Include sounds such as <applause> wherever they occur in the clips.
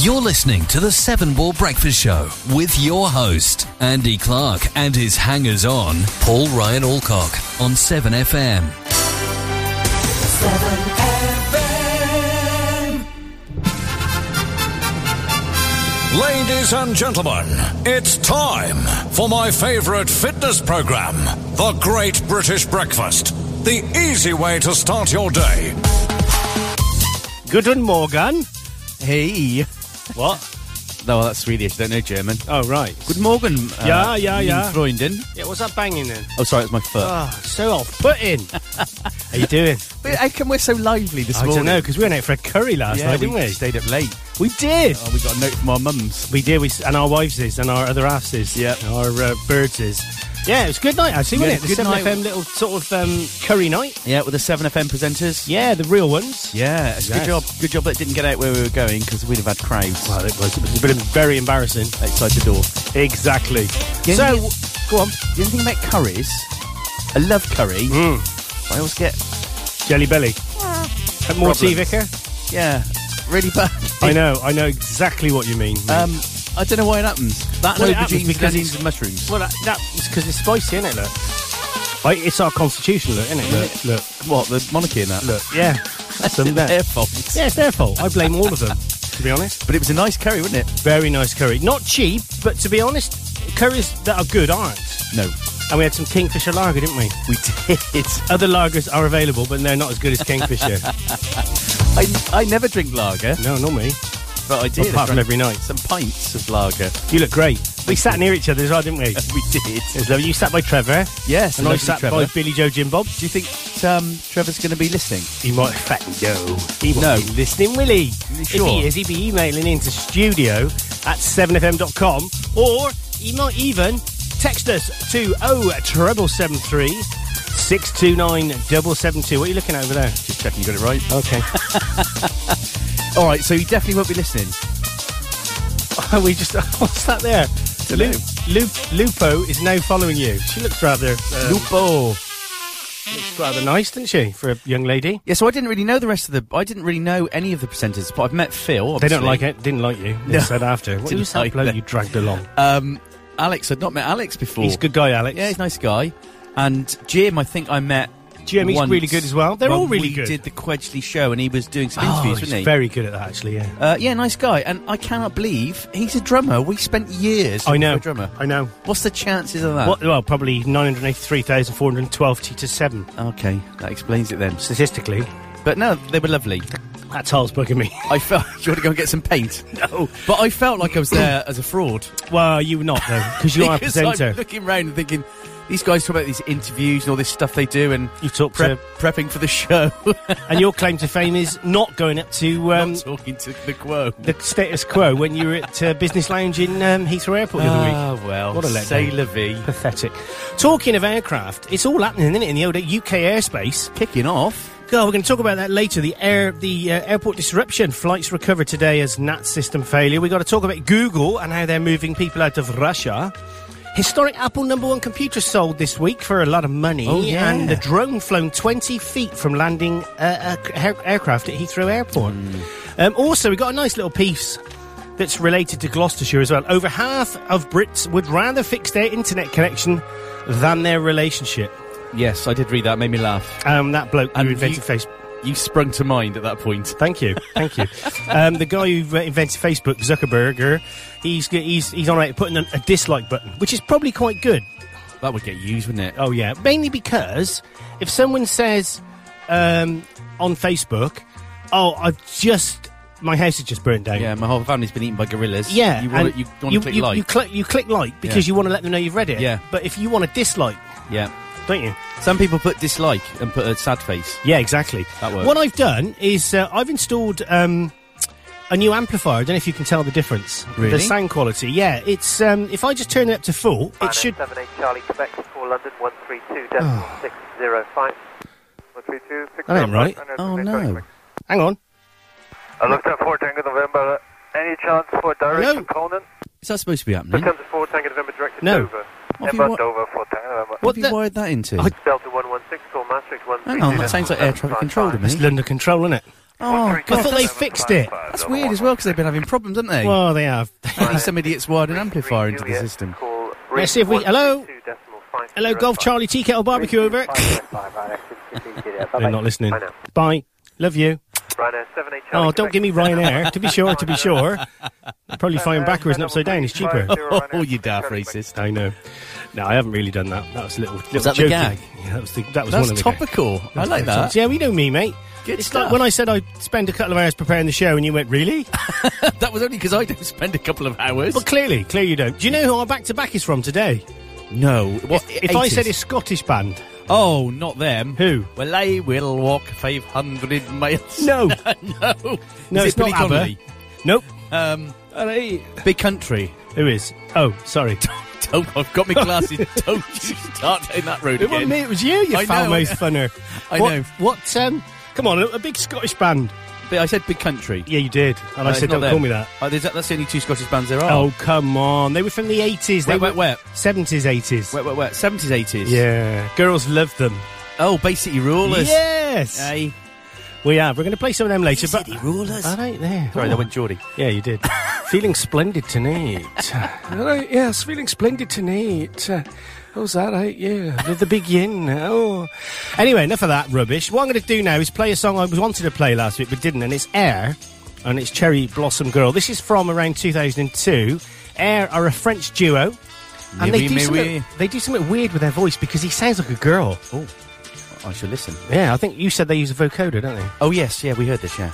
You're listening to the Seven Ball Breakfast Show with your host, Andy Clark, and his hangers on, Paul Ryan Alcock, on 7FM. Ladies and gentlemen, it's time for my favorite fitness program, The Great British Breakfast. The easy way to start your day. Guten Morgan. Hey. What? No, that's Swedish. Don't know German. Oh, right. Good morgen. Uh, Yeah, yeah, min yeah. Freundin. Yeah, what's that banging then? Oh, sorry, it's my foot. Oh, so off footing. How you doing? But how come <laughs> we're so lively this I morning? don't know, because we went out for a curry last Yeah, night, we, didn't we? stayed up late. We did. Oh, we got a note from our mums. We did, we, s- and our wives is, and our other halves is, Yeah. and our uh, birds is. Yeah, it was a good night, actually, Yeah, wasn't it? The good 7FM night. little sort of um, curry night. Yeah, with the 7FM presenters. Yeah, the real ones. Yeah, it's a Yes. good job. Good job that it didn't get out where we were going because we'd have had crowds Well, it was, it was a bit very embarrassing. outside the door. Exactly. The so, only thing- go on. The only thing about curries, I love curry. but I always get Hmm. Jelly Belly. More Problems. tea, Vicar? yeah, really bad. I know, I know exactly what you mean. Um, I don't know why it happens. That Well, and it happens aubergines and because onions it's- and mushrooms. Well, that, that was because it's spicy, isn't it? Look, like, it's our constitution, look, isn't it? Look, look, What the monarchy and that? look. Yeah, that's them there. Their fault. Yeah, it's their fault. I blame all of them. To be honest, But it was a nice curry, wasn't it? very nice curry. Not cheap, but to be honest, curries that are good aren't. No, And we had some Kingfisher lager, didn't we? we did. <laughs> Other lagers are available, but they're not as good as Kingfisher. I, <laughs> I never drink lager, no, not me. but I did. Apart I from drank every night. some pints of lager. You look great. We sat near each other as well, didn't we? It <laughs> We did. was lovely. You sat by Trevor, Yes, Eh? and I lovely sat Trevor. by Billy Joe Jim Bob. Do you think um, Trevor's going to be listening? He might affect no. He won't No. be listening, will he? If Sure. he is, he'd be emailing into studio at 7fm.com or he might even text us to 07773 629 772. What are you looking at over there? Just checking you got it right. Okay. <laughs> All right, so he definitely won't be listening. <laughs> we just. <laughs> What's that there? Lu- Lu- Lupo is now following you. She looks rather. Uh, Lupo. looks rather nice, doesn't she, for a young lady? Yeah, so I didn't really know the rest of the. I didn't really know any of the presenters, but I've met Phil. They don't obviously. like it. Didn't like you. They No. <laughs> said after. What Didn't was that like bloke them. you dragged along? Um, Alex, I'd not met Alex before. He's a good guy, Alex. Yeah, he's a nice guy. And Jim, I think I met. Jim, he's once really good as well. They're when all really we good. Did the Quedgley show, and he was doing some Oh, interviews, he's wasn't he? very good at that, actually. Yeah, Uh, yeah, nice guy. And I cannot believe he's a drummer. We spent years. I looking know. for A drummer. I know. What's the chances of that? What, well, probably nine hundred eighty-three thousand four hundred twelve t to seven Okay, that explains it then. statistically. But no, they were lovely. That's Hull's bugging me. I felt. <laughs> Do you want to go and get some <laughs> paint? no, But I felt like I was there as a fraud. well, you were not though, because you are a because I'm presenter. looking round and thinking, these guys talk about these interviews and all this stuff they do and You talk prep, to, prepping for the show, <laughs> and your claim to fame is not going up to um, not talking to the quo. the status quo when you were at uh, Business Lounge in um, Heathrow Airport the other week. Ah, well, What a letdown. say la vie. Pathetic. Talking of aircraft, it's all happening, isn't it, in the old UK airspace? Kicking off. God, we're going to talk about that later. The air, the uh, airport disruption, flights recovered today as NAT system failure. We've got to talk about Google and how they're moving people out of Russia. Historic Apple number one computer sold this week for a lot of money, Oh, yeah. and the drone flown 20 feet from landing uh, uh, air- aircraft at Heathrow Airport. Hmm. Um, also, we got a nice little piece that's related to Gloucestershire as well. Over half of Brits would rather fix their internet connection than their relationship. Yes, I did read that. Made me laugh. Um, that bloke who And invented you- Facebook. You sprung to mind at that point. Thank you, thank you. um, the guy who uh, invented Facebook, Zuckerberg, he's he's he's on right putting a, a dislike button, which is probably quite good. That would get used, wouldn't it? Oh yeah, mainly because if someone says um, on Facebook, "Oh, I've just my house has just burnt down," Yeah, my whole family's been eaten by gorillas. yeah, you want and to, you want to click you, like? You click you click like because Yeah. you want to let them know you've read it. Yeah. but if you want to dislike, yeah. don't you? Some people put dislike and put a sad face. Yeah, exactly. That works. What I've done is uh, I've installed um, a new amplifier. I don't know if you can tell the difference. The Really? sound quality. Yeah, it's um, if I just turn it up to full, it should. Oh. Seven eight Charlie Quebec for London one three two decimal six zero five. One three two six. That ain't right. Oh no! Hang on. I looked at four tango November. Any chance for No. direction Conan? Is that supposed to be happening? Becomes a four tango November directed No. Dover. What have you Ember wa- Dover four tango November. What What have the- you wired that into? I- Delta one one six call Maastricht one Hang on, that sounds like air traffic control to me. It's London Control, isn't it? Oh, Oh, I thought God, they that's, fixed it. that's weird as well because they've been having problems, haven't they? Well, Oh, they have. Maybe some idiot's wired an amplifier into the system. Let's see if we- hello? Hello, Golf Charlie Tea Kettle Barbecue over. They're not listening. Bye. Love you. Oh, don't give me Ryanair. To be sure, to be sure. Probably flying backwards and upside down is cheaper. <laughs> Oh, you daft racist. I know. No, I haven't really done that. That was a little. little that the jokey. gag? Yeah, that was the, that That's was one of the gags. topical. I like that. Yeah, we know me, mate. Good it's stuff. like when I said I spend a couple of hours preparing the show, and you went, <laughs> "Really?" <laughs> That was only because I don't spend a couple of hours. well, clearly, clearly you don't. Do you know who our back to back is from today? no. What, If I said 80s? it's Scottish band, Oh, not them. Who? Well, I will walk 500 miles. no, <laughs> no. no, Is it's it Billy not ABBA. Connolly? Nope. Um, Hello. Big Country. Who is? Oh, sorry. Don't, I've got my <laughs> glasses. Don't you start down that road It again. wasn't me. It was you. You I know. foul mouthed <laughs> funner. I what, know. What? Um, come on, a, a big Scottish band. But I said Big Country. Yeah, you did. And I it's said, not "Don't them. call me that." Oh, there's- that's the only two Scottish bands there are. Oh, come on. They were from the 80s. They Wait, wait, were wait. 70s, 80s. Wait, wait, wait. 70s, 80s. Yeah. Girls love them. Oh, Bay City Rulers. Yes. Hey. we are. We're going to play some of them later. But Rulers. that ain't there. Sorry, that went Geordie. Yeah, you <laughs> did. feeling splendid tonight. <laughs> Hello, yes, feeling splendid tonight. Uh, was that right? Yeah, the, the big yin. Oh. Anyway, enough of that rubbish. What I'm going to do now is play a song I was wanted to play last week but didn't, and it's Air, and it's Cherry Blossom Girl. This is from around 2002. Air are a French duo, and Oui, they do, mais something, oui. they do something weird with their voice because he sounds like a girl. I shall listen. Yeah, I think you said they use a vocoder, don't they? Oh, yes. Yeah, we heard this, yeah.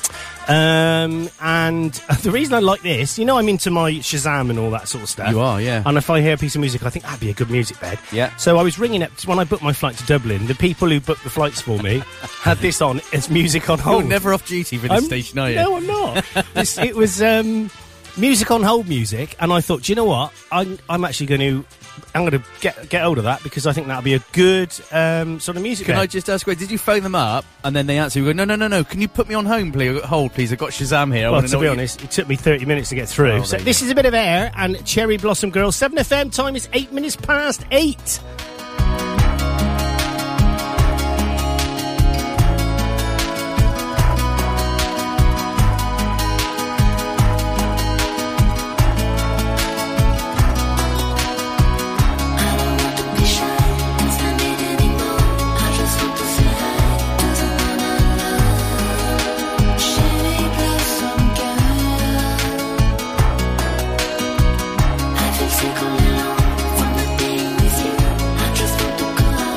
Um, and <laughs> the reason I like this, you know, I'm into my Shazam and all that sort of stuff. You are, yeah. And if I hear a piece of music, I think that'd be a good music bed. Yeah. So I was ringing up when I booked my flight to Dublin. The people who booked the flights for <laughs> me had this on as music on hold. You're never off duty for this I'm- station, are you? No, <laughs> I'm not. This- it was um, music on hold music, and I thought, do you know what? I'm, I'm actually going to. I'm going to get get hold of that because I think that'll be a good um, sort of music. Can bed. I just ask, wait, did you phone them up and then they answer? You go, no, no, no, no. Can you put me on home, please? Hold, please. I've got Shazam here. I Well, wanna to know be what you- honest, it took me 30 minutes to get through. Oh, so there you this is a bit of air and Cherry Blossom Girl. 7FM time is 8 minutes past 8. I don't want to be shy, it's not need anymore. I just want to fly, doesn't wanna love. Cherry blossom girl. I feel sick all alone from the things you. I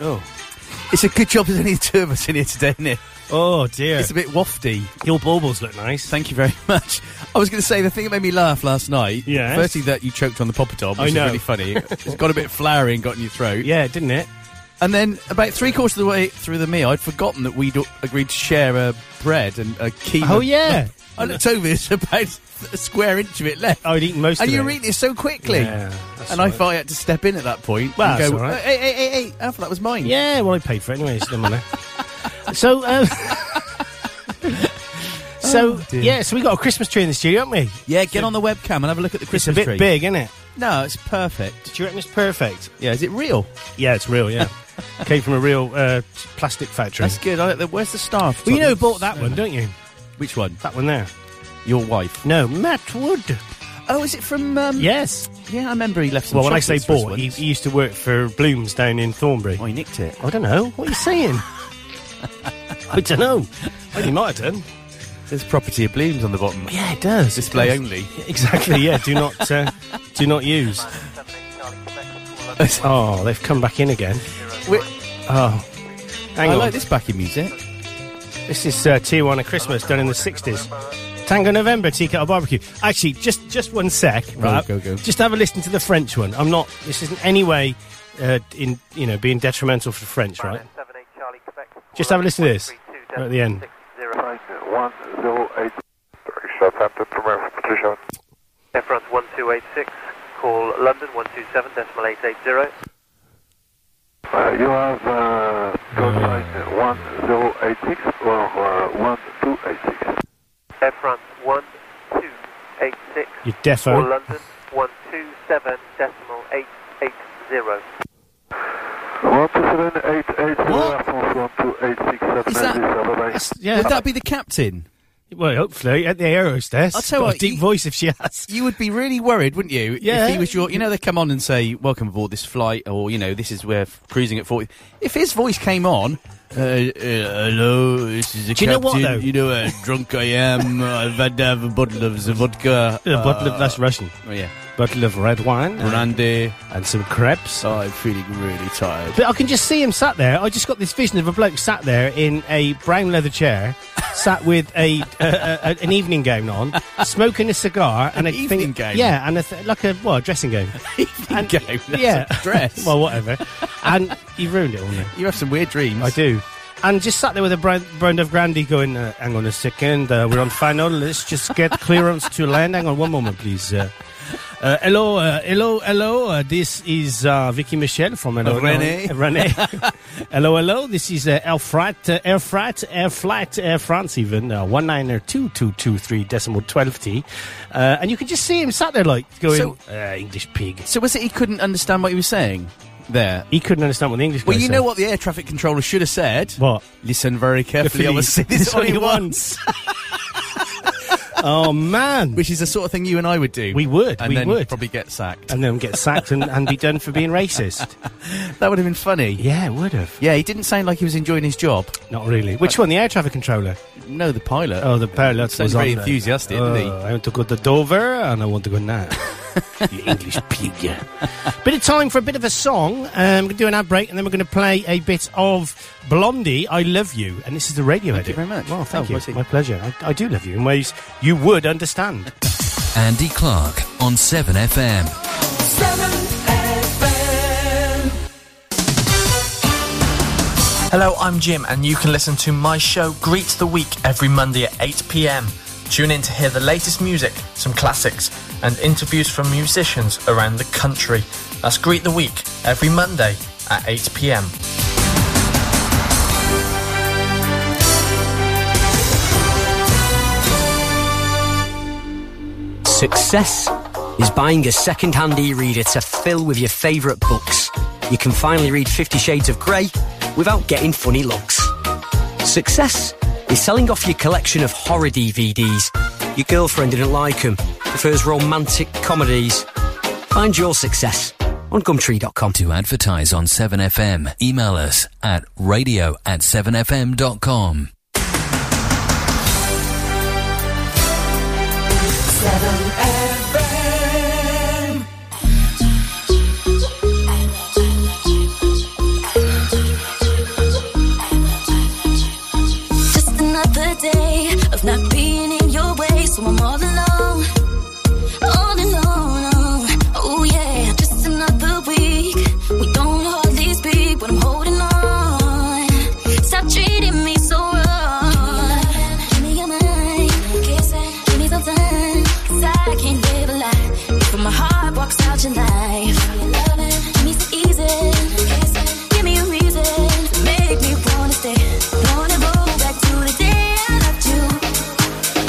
Oh. It's a good job there's only the two of us in here today, isn't it? Oh dear. It's a bit wafty. Your baubles look nice. Thank you very <laughs> much. I was going to say the thing that made me laugh last night. Yes. Firstly, that you choked on the popper top, I which is know. really <laughs> funny. it's got a bit flowery and got in your throat. Yeah, didn't it? And then about three quarters of the way through the meal, I'd forgotten that we'd agreed to share a bread and a keema. Oh yeah. <laughs> I looked over. There's about a square inch of it left. I'd eaten most and of you were it. eating it so quickly. Yeah, that's and I right. thought I had to step in at that point. Well, and that's go, "Uh, all right. Hey, hey, hey, hey, I thought that was mine. Yeah, well, I paid for it anyway, so money. <laughs> So, <laughs> um, <laughs> so dear. yeah, so we got a Christmas tree in the studio, haven't we? Yeah, get on the webcam and have a look at the It's Christmas a bit tree. big, isn't it? No, it's perfect. Do you reckon it's perfect? Yeah, is it real? Yeah, it's <laughs> real. Yeah, came from a real uh, plastic factory. That's good. I like the, where's the staff? well, you know, who bought that one, don't you? which one? That one there. Your wife. No, Matt Wood. Oh, is it from? Um, Yes. yeah, I remember he left. Some Well, when I say chocolates for us bought, he, once. he used to work for Blooms down in Thornbury. oh, he nicked it. I don't know. What are you saying? <laughs> I don't know. Well, he might have done. There's property of blooms on the bottom. Yeah, it does. Display It does. only. Exactly. Yeah. Do not. Uh, do not use. <laughs> Oh, they've come back in again. Wait, Oh, hang I on. like this. this backing music. is uh, Tijuana Christmas done in the '60s. Tango November, Tea Kettle Barbecue. Actually, just just one sec. Right, go, go. Just have a listen to the French one. I'm not. This isn't any way uh, in you know being detrimental for the French, right? Just have a listen to this, right at the end. One zero eight three Southampton Premier Patricia. Air France 1286, call London 127.880. Uh, you have uh, code sign one zero eight six or uh, one two eight six. Air France 1286, You call defo. London 127.880. One two seven eight eight What? zero Air France one two eight six seven Is that- nine That's- six. Yeah. Would that be the captain? well, hopefully at the Aerostess. I'll tell you Got a what, deep you- voice if she has. You would be really worried, wouldn't you? Yeah. If he was your, you know, they come on and say, "Welcome aboard this flight," or you know, "This is we're cruising at 40. If his voice came on, uh, uh, "Hello, this is the Do you know what, captain. though? You know how drunk I am. I've had to have a bottle of the vodka. A bottle of that's Russian. Oh, yeah, Bottle of red wine and, brandy. and some crepes. Oh, I'm feeling really tired. But I can just see him sat there. I just got this vision of a bloke sat there in a brown leather <laughs> chair, sat with a, uh, a, a an evening gown <laughs> on, smoking a cigar and An a evening thing, gown? Yeah, and a th- like a well, a dressing <laughs> gown. And, go. That's yeah, a dress. <laughs> well, whatever. And you ruined it all. Now. you have some weird dreams. I do. And just sat there with a brand, brand of brandy going, uh, hang on a second, uh, we're on final, let's just get clearance to land. Hang on one moment, please. Uh, uh, hello, uh, hello, hello, uh, this is uh, Vicky Michel from Hello. Oh, <laughs> René. Hello. René. <laughs> hello, hello, this is uh, Air Frat, uh, Air Frat, Air Flat, Air France even, uh, 192223 decimal 12T. Uh, and you can just see him sat there like going, So- uh, English pig. So was it he couldn't understand what he was saying there? He couldn't understand what the English Well, guy you said. know what the air traffic controller should have said. What? Listen very carefully. I will say <laughs> this only once. oh man! <laughs> Which is the sort of thing you and I would do. We would, And we then would. probably get sacked. and then get sacked and, and be done for being racist. That would have been funny. Yeah. Yeah, it would have. he didn't sound like he was enjoying his job. Not really. Which one? The air traffic controller. No, the pilot. Oh, the pilot <laughs> Sounds was very on there. enthusiastic, oh, didn't he? I want to go to Dover and I want to <laughs> go now. you English pig. yeah. bit of time for a bit of a song. Um, we're going to do an ad break and then we're going to play a bit of Blondie, I Love You. And this is the radio Thank you very edit. much. Well, thank Oh, I see. you. My pleasure. I, I do love you in ways you <laughs> would understand. Andy Clark on 7FM. Hello, I'm Jim, and you can listen to my show Greet the Week every Monday at 8 pm. Tune in to hear the latest music, some classics, and interviews from musicians around the country. That's Greet the Week every Monday at 8 pm. Success is buying a second hand e reader to fill with your favourite books. You can finally read Fifty Shades of Grey without getting funny looks. Success is selling off your collection of horror DVDs. Your girlfriend didn't like them, prefers romantic comedies. Find your success on gumtree.com. To advertise on 7FM, email us at radio at 7FM.com. I love you. I love you. I love you. I love you. oh, about your life. Give me some easy. Give me a reason to make me wanna stay. Wanna go back to the day I loved you.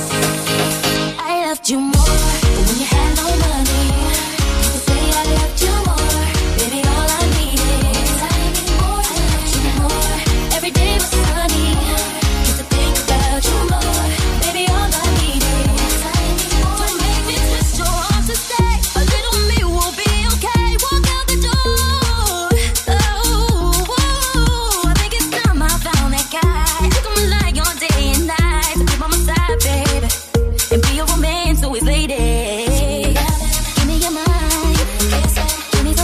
I loved you more when you had no money. You could say I loved you more. Baby, all I needed was time and more. I loved you more. Every day was sunny. Get to think about you more. Baby, all I needed was time and more. Don't make me twist your arm to stay. A little me will be okay. Walk out the door. Oh, I think it's time I found that guy. I can rely on day and night to be by my side, baby and be a romance always lady. Give me your mind, give me some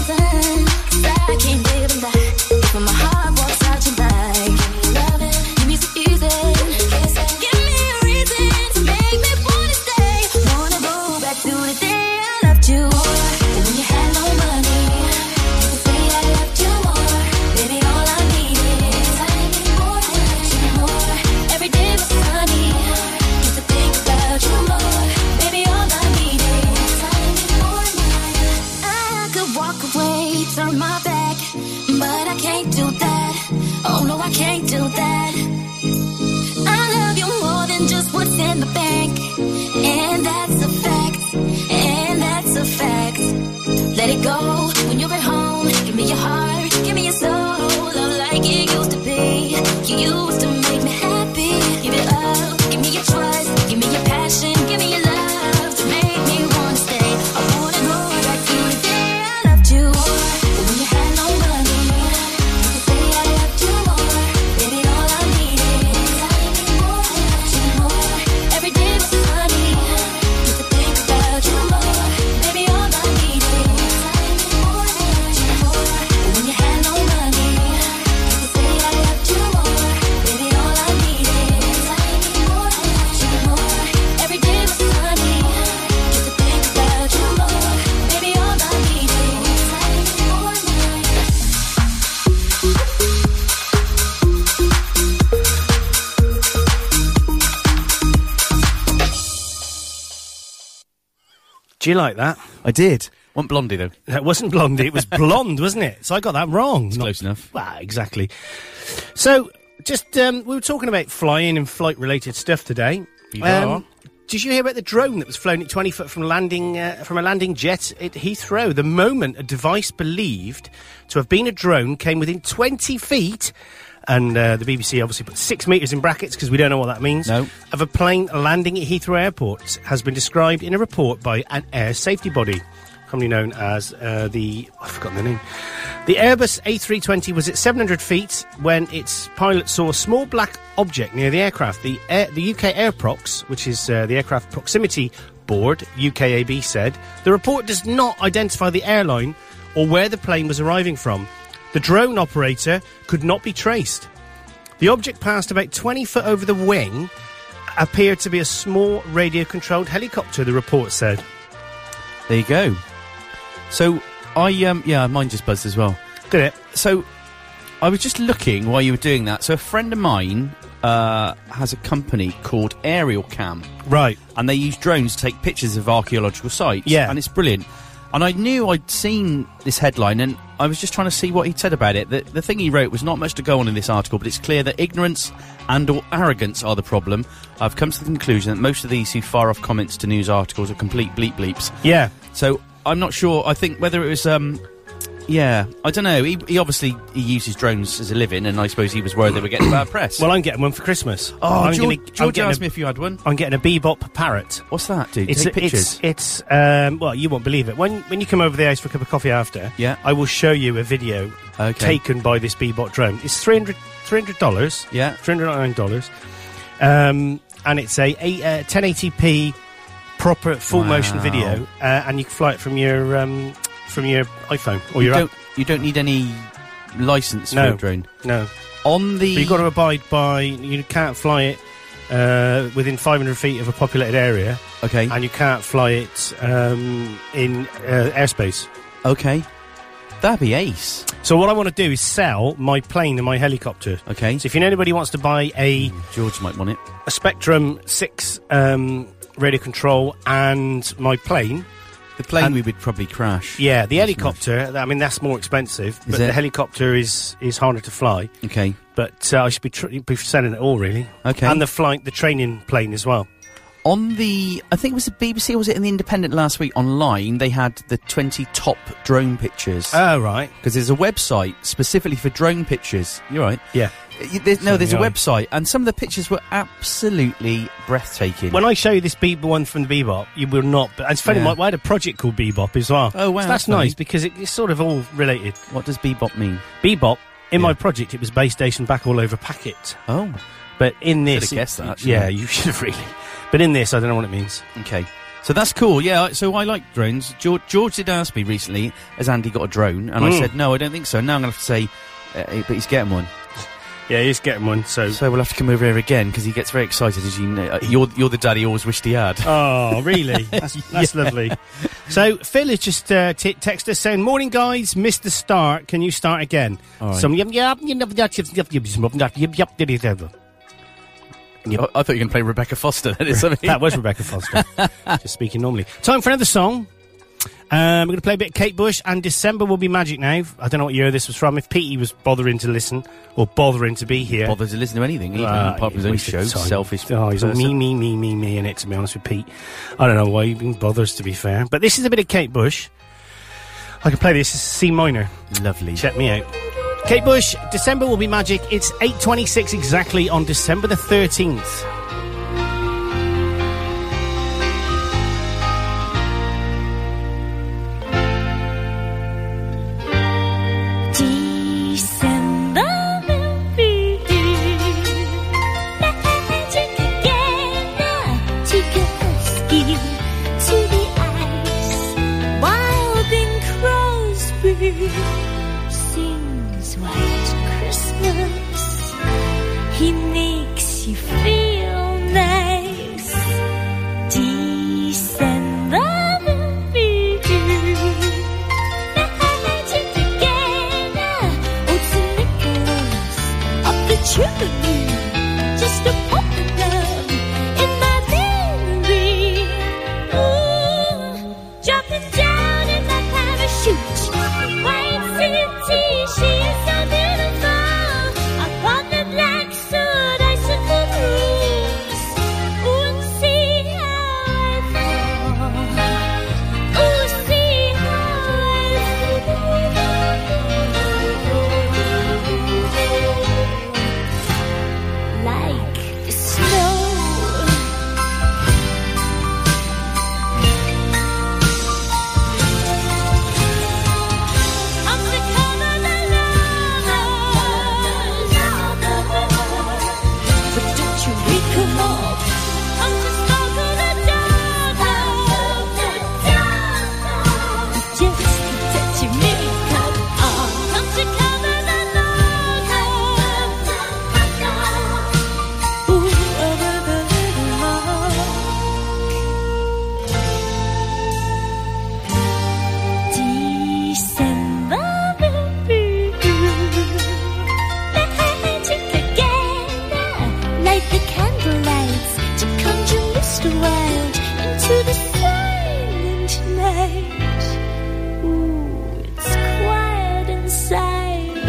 time. 'Cause I can't live a lie. If my heart walks out tonight, give me some easy. Give me a reason to make me wanna stay. Wanna go back to the day I loved you. When you had no money, you could say I loved you more. Baby, all I needed is time and more. I loved you more. Every day was sunny. Used to think about you more, baby. All I needed was time and more. I could walk away, turn my back, but I can't do that. Oh no, I can't do that. I love you more than just what's in the bank, and that's a fact. And that's a fact. Let it go when you're at home. Give me your heart, give me your soul. Love like it used to be. You used to make me happy. Give it up, give me your trust, give me your passion, give me your love to make me wanna stay. I wanna go back to the day I loved you. When you had no money, you could say I loved you more. Baby, all I needed is time and more. I loved you more. Every day was sunny. Used to think about you more. Baby, all I needed was time and more. I loved you more. When you had no money, you could say I loved you more. Baby, all I needed was time and more. I loved you more. Every day was sunny. Used to think about you more. Baby, all I needed was time and more. Do you like that? I did. Want Blondie though? That wasn't Blondie. <laughs> It was Blonde, wasn't it? So I got that wrong. Not- close enough. Well, exactly. So, just um, we were talking about flying and flight-related stuff today. Um, We are. did you hear about the drone that was flown at 20 foot from landing uh, from a landing jet at Heathrow? The moment a device believed to have been a drone came within 20 feet, and uh, the BBC obviously put six meters in brackets because we don't know what that means. No. Of a plane landing at Heathrow Airport has been described in a report by an air safety body, commonly known as uh, the I've forgotten the name. The Airbus A320 was at 700 feet when its pilot saw a small black object near the aircraft. The, air, the UK Airprox, which is uh, the Aircraft Proximity Board, UKAB, said the report does not identify the airline or where the plane was arriving from. The drone operator could not be traced. The object passed about 20 foot over the wing, appeared to be a small radio controlled helicopter, the report said. There you go. So I um yeah, mine just buzzed as well. Did it? So I was just looking while you were doing that. So a friend of mine uh, has a company called Aerial Cam. Right. and they use drones to take pictures of archaeological sites. Yeah. and it's brilliant. And I knew I'd seen this headline, and I was just trying to see what he'd said about it. The, the thing he wrote was not much to go on in this article, but it's clear that ignorance and/or arrogance are the problem. I've come to the conclusion that most of these who fire off comments to news articles are complete bleep bleeps. Yeah. So I'm not sure. I think whether it was, um, yeah, I don't know. He, he obviously he uses drones as a living, and I suppose he was worried they were getting bad press. Well, I'm getting one for Christmas. oh, I'm George, gonna- I'm George getting asked a- me if you had one. I'm getting a bebop parrot. What's that, dude? It's take pictures. it's it's um, well, you won't believe it. When when you come over the house for a cup of coffee after, Yeah. I will show you a video Okay. taken by this bebop drone. It's 300 dollars, Yeah. three hundred nine dollars, um, and it's a, a uh, 1080p proper full motion Wow. video, uh, and you can fly it from your um, from your iPhone or your don't, you don't need any license No. for a drone. app. No, On the but you've got to abide by. You can't fly it uh, within 500 feet of a populated area. okay, and you can't fly it um, in uh, airspace. okay, That'd be ace. So what I want to do is sell my plane and my helicopter. Okay. Hmm, So if you know anybody who wants to buy a, George might want it. a Spectrum Six um, radio control and my plane, The plane And- we would probably crash. yeah, the helicopter. I mean, that's more expensive, but it? the helicopter is is harder to fly. Okay. But uh, I should be, tr- be selling it all Oh, really. Okay. And the flying, the training plane as well. On the, I think it was the BBC or was it in the Independent last week online? They had the twenty top drone pictures because Oh right. there's a website specifically for drone pictures. You're right. Yeah. Uh, Y- There's, no, there's a Something website, and some of the pictures were absolutely breathtaking. When I show you this Bebop one from the Bebop, you will not. But it's funny, Yeah. my, I had a project called Bebop as well. Oh, wow, that's So that's funny. nice because it, it's sort of all related. what does bebop mean? Bebop in Yeah. my project, it was base station back all over packet. Oh, But in this, Coulda guessed that, shouldn't yeah, I? you <laughs> should have really. But in this, I don't know what it means. okay. So that's cool. Yeah. I- So I like drones. George, George did ask me recently, has Andy got a drone? And I Mm. said, no, I don't think so. Now I'm going to have to say, uh, eh, but he's getting one. Yeah, he's getting one. So, So we'll have to come over here again because he gets very excited. As you know, Uh, you're you're the dad he always wished he had. oh, <laughs> really? That's, that's lovely. So Phil has just uh, t- texted us saying, "Morning, guys. Missed the start. Can you start again?" All right. Some yum yum yum yum yum yum yum yum yum yum yum yum yum. I, I thought you were going to play Rebecca Foster. Then or something. That was Rebecca <laughs> Foster. just speaking normally. Time for another song. Um, we're going to play a bit of Kate Bush, and December will be magic now. I don't know what year this was from. If Petey was bothering to listen or bothering to be here, Bothered to listen to anything, even Ah, apart from his yeah, own wasted show. time. Selfish. Oh, he's all person. me, me, me, me, me in it, to be honest with Pete. I don't know why he even bothers, to be fair. But this is a bit of Kate Bush. I can play this. It's C minor. Lovely. Check me out. Kate Bush, December will be magic. It's 8.26 exactly on December the 13th. December will be here. Magic again, magic of skin to the ice. Wilding Crosby sings White Christmas. He makes you feel nice. December will be here. Magic again, oh, to Nicholas up the chimney. Just a poppin' love in my memory. Ooh, jumping down in my parachute. White city, she is so beautiful. Upon the black soot, icicle rules. Ooh, see how I fall. Oh, see how like snow. Up the color the lovers, but don't you wake 'em up? I'm just talking the dark, just that you make up. Come to cover the lovers, ooh, over the December will be good. Magic again, light the candlelights to conjure Mr. Wild into the silent night. Ooh, it's quiet inside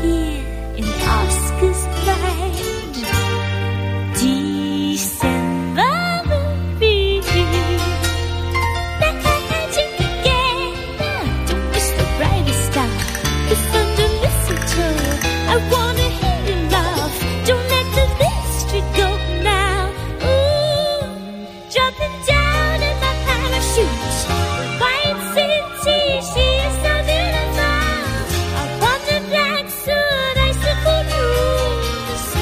here in Oscar's mind. December will be here. Magic again. Don't miss the brightest star. It's under mistletoe. I wanna hear you laugh. Don't let the mystery go now. Ooh, jumping down in my parachute. White city, she is so beautiful. I want the black suit, icicle rules.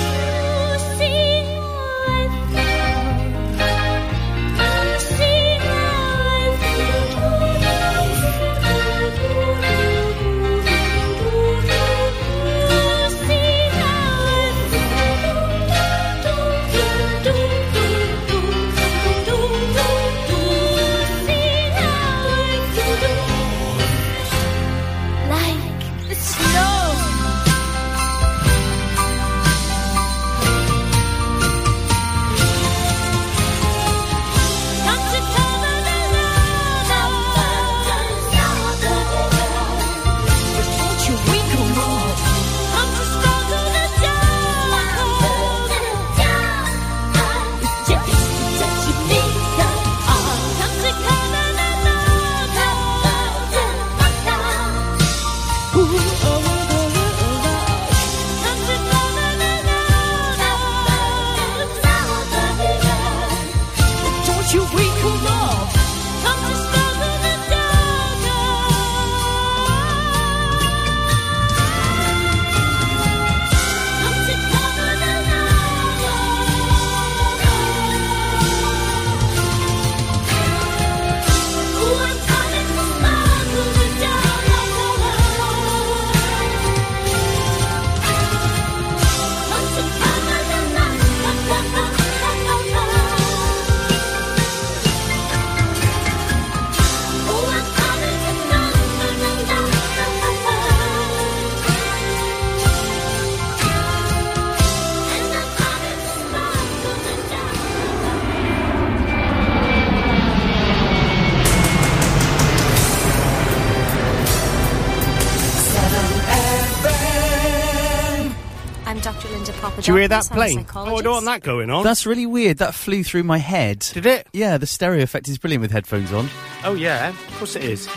Did you hear that plane? Oh, I don't want that going on. That's really weird. That flew through my head. Did it? Yeah, the stereo effect is brilliant with headphones on. Oh, yeah. Of course it is.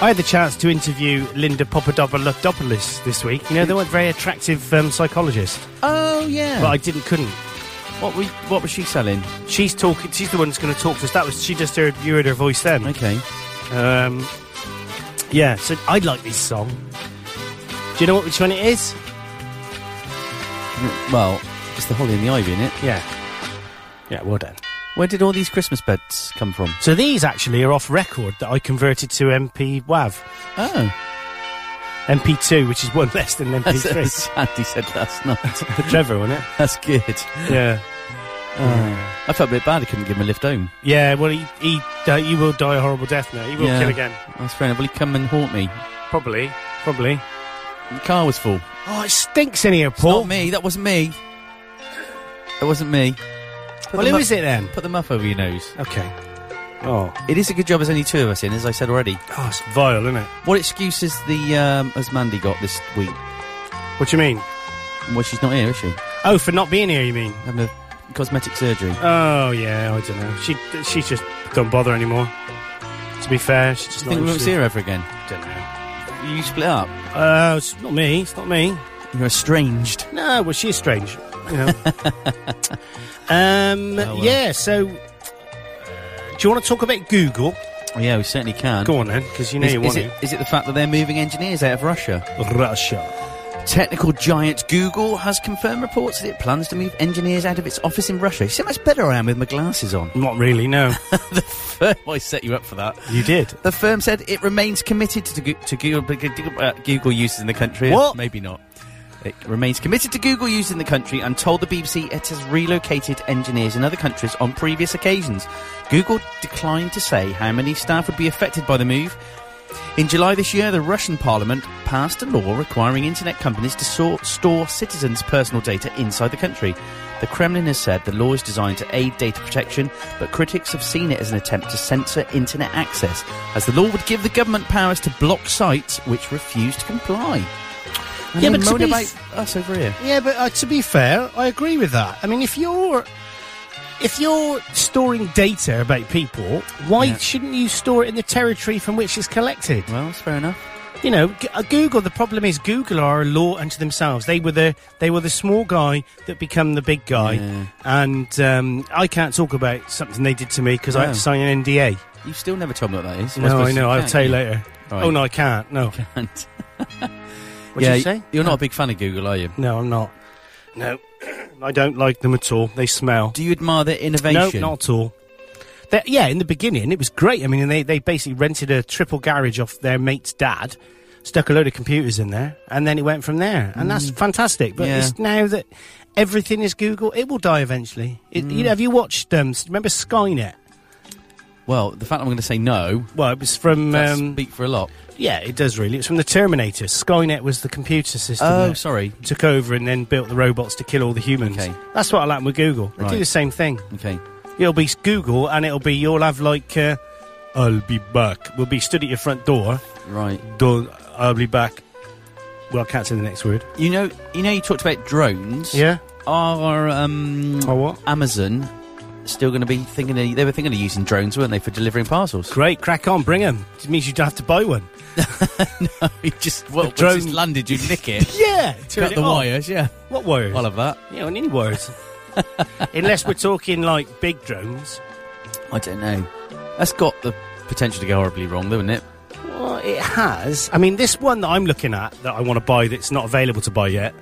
I had the chance to interview Linda Papadopoulos this week. You know, they weren't very attractive um, psychologist, Oh yeah. but I didn't, couldn't. what we what was she selling? She's talking. She's the one that's going to talk to us. That was she just heard you heard her voice then. Okay. Um, yeah, so I like this song. Do you know what which one it is? Mm, Well, it's the Holly and the Ivy in it. Yeah. Yeah, well done. Where did all these Christmas beds come from? So these actually are off record that I converted to MP WAV, Oh, MP2, which is one <laughs> less than that's what MP3. Sandy said last night. Trevor, wasn't that's good. Oh. it? Yeah. I felt a bit bad. I couldn't give him a lift home. Yeah, well, he he, uh, he will die a horrible death now. He will Yeah. kill again. That's fair enough. Will he come and haunt me? Probably. Probably. The car was full. Oh, it stinks in here, Not Paul. me. That wasn't me. That wasn't me. Put Well, the who mu- is it then? Put the muff over your nose. Okay. Oh, It is a good job there's only two of us in, as I said already. oh it's vile, isn't it? What excuse has the um, has Mandy got this week? What do you mean? Well, she's not here, is she? Oh, for not being here, you mean? Having a cosmetic surgery. Oh, yeah, I don't know. She she just don't bother anymore. To be fair, she's just I think we not won't see her ever again. I don't know. You split up. Uh, it's not me. It's not me. You're estranged. No, well, she's strange. <laughs> You know. um, Oh, well. yeah. So, uh, do you want to talk about Google? Well, yeah, we certainly can. Go on then, because you know Is, you is want it, is it the fact that they're moving engineers out of Russia? to. Russia. Technical giant Google has confirmed reports that it plans to move engineers out of its office in Russia. You see how much better I am with my glasses on. Not really. <laughs> No, I set you up for that. you did. The firm said it remains committed to, Goo- to Google, uh, Google use in the country. What? Maybe not. It remains committed to Google use in the country and told the BBC it has relocated engineers in other countries on previous occasions. Google declined to say how many staff would be affected by the move. In July this year, the Russian parliament passed a law requiring internet companies to sort, store citizens' personal data inside the country. The Kremlin has said the law is designed to aid data protection, but critics have seen it as an attempt to censor internet access, as the law would give the government powers to block sites which refuse to comply. And Yeah, they but to moan be about us over here. Yeah, but uh, to be fair, I agree with that. I mean, if you're if you're storing data about people, why Yeah. shouldn't you store it in the territory from which it's collected? Well, that's fair enough. You know, G- uh, Google. The problem is, Google are a law unto themselves. They were the they were the small guy that become the big guy, Yeah. and um, I can't talk about something they did to me because I had No. to sign an NDA. You've still never told me what that is. Am no, supposed I to- know. I'll can't tell you later. Right. Oh no, I <laughs> can't. No. Can't. What yeah, did you say? You're not a big fan of Google, are you? No, I'm not. No, <clears throat> I don't like them at all. They smell. Do you admire their No, innovation? not at all. They- yeah, in the beginning it was great. I mean, they they basically rented a triple garage off their mate's dad, stuck a load of computers in there, and then it went from there. And that's fantastic. But Mm. Yeah. it's now that everything is Google, it will die eventually. It, Mm. you know, have you watched? Um, s- remember Skynet? Well, the fact I'm going to say no, Well, it was from. that Um, speak for a lot. yeah, it does really. It's from the Terminator. Skynet was the computer system. Oh, that sorry. Took over and then built the robots to kill all the humans. Okay. That's what I like with Google. They do Right. the same thing. Okay. It'll be Google, and it'll be you'll have like, uh, I'll be back. We'll be stood at your front door. Right. Don't I'll be back. Well, I can't say the next word. You know, you know, you talked about drones. Yeah. Are um, Are what? Amazon still going to be thinking? Of, they were thinking of using drones, weren't they, for delivering parcels? Great, crack on, bring them. It means you'd have to <laughs> buy one. you just well, once drone- it's landed, you nick it, <laughs> Yeah, turn cut it the on. wires. Yeah, What wires? I love that. yeah, on any wires. <laughs> Unless we're talking like big drones. I don't know. That's got the potential to go horribly wrong, though, isn't it? Well, it has. I mean, this one that I'm looking at that I want to buy that's not available to buy yet,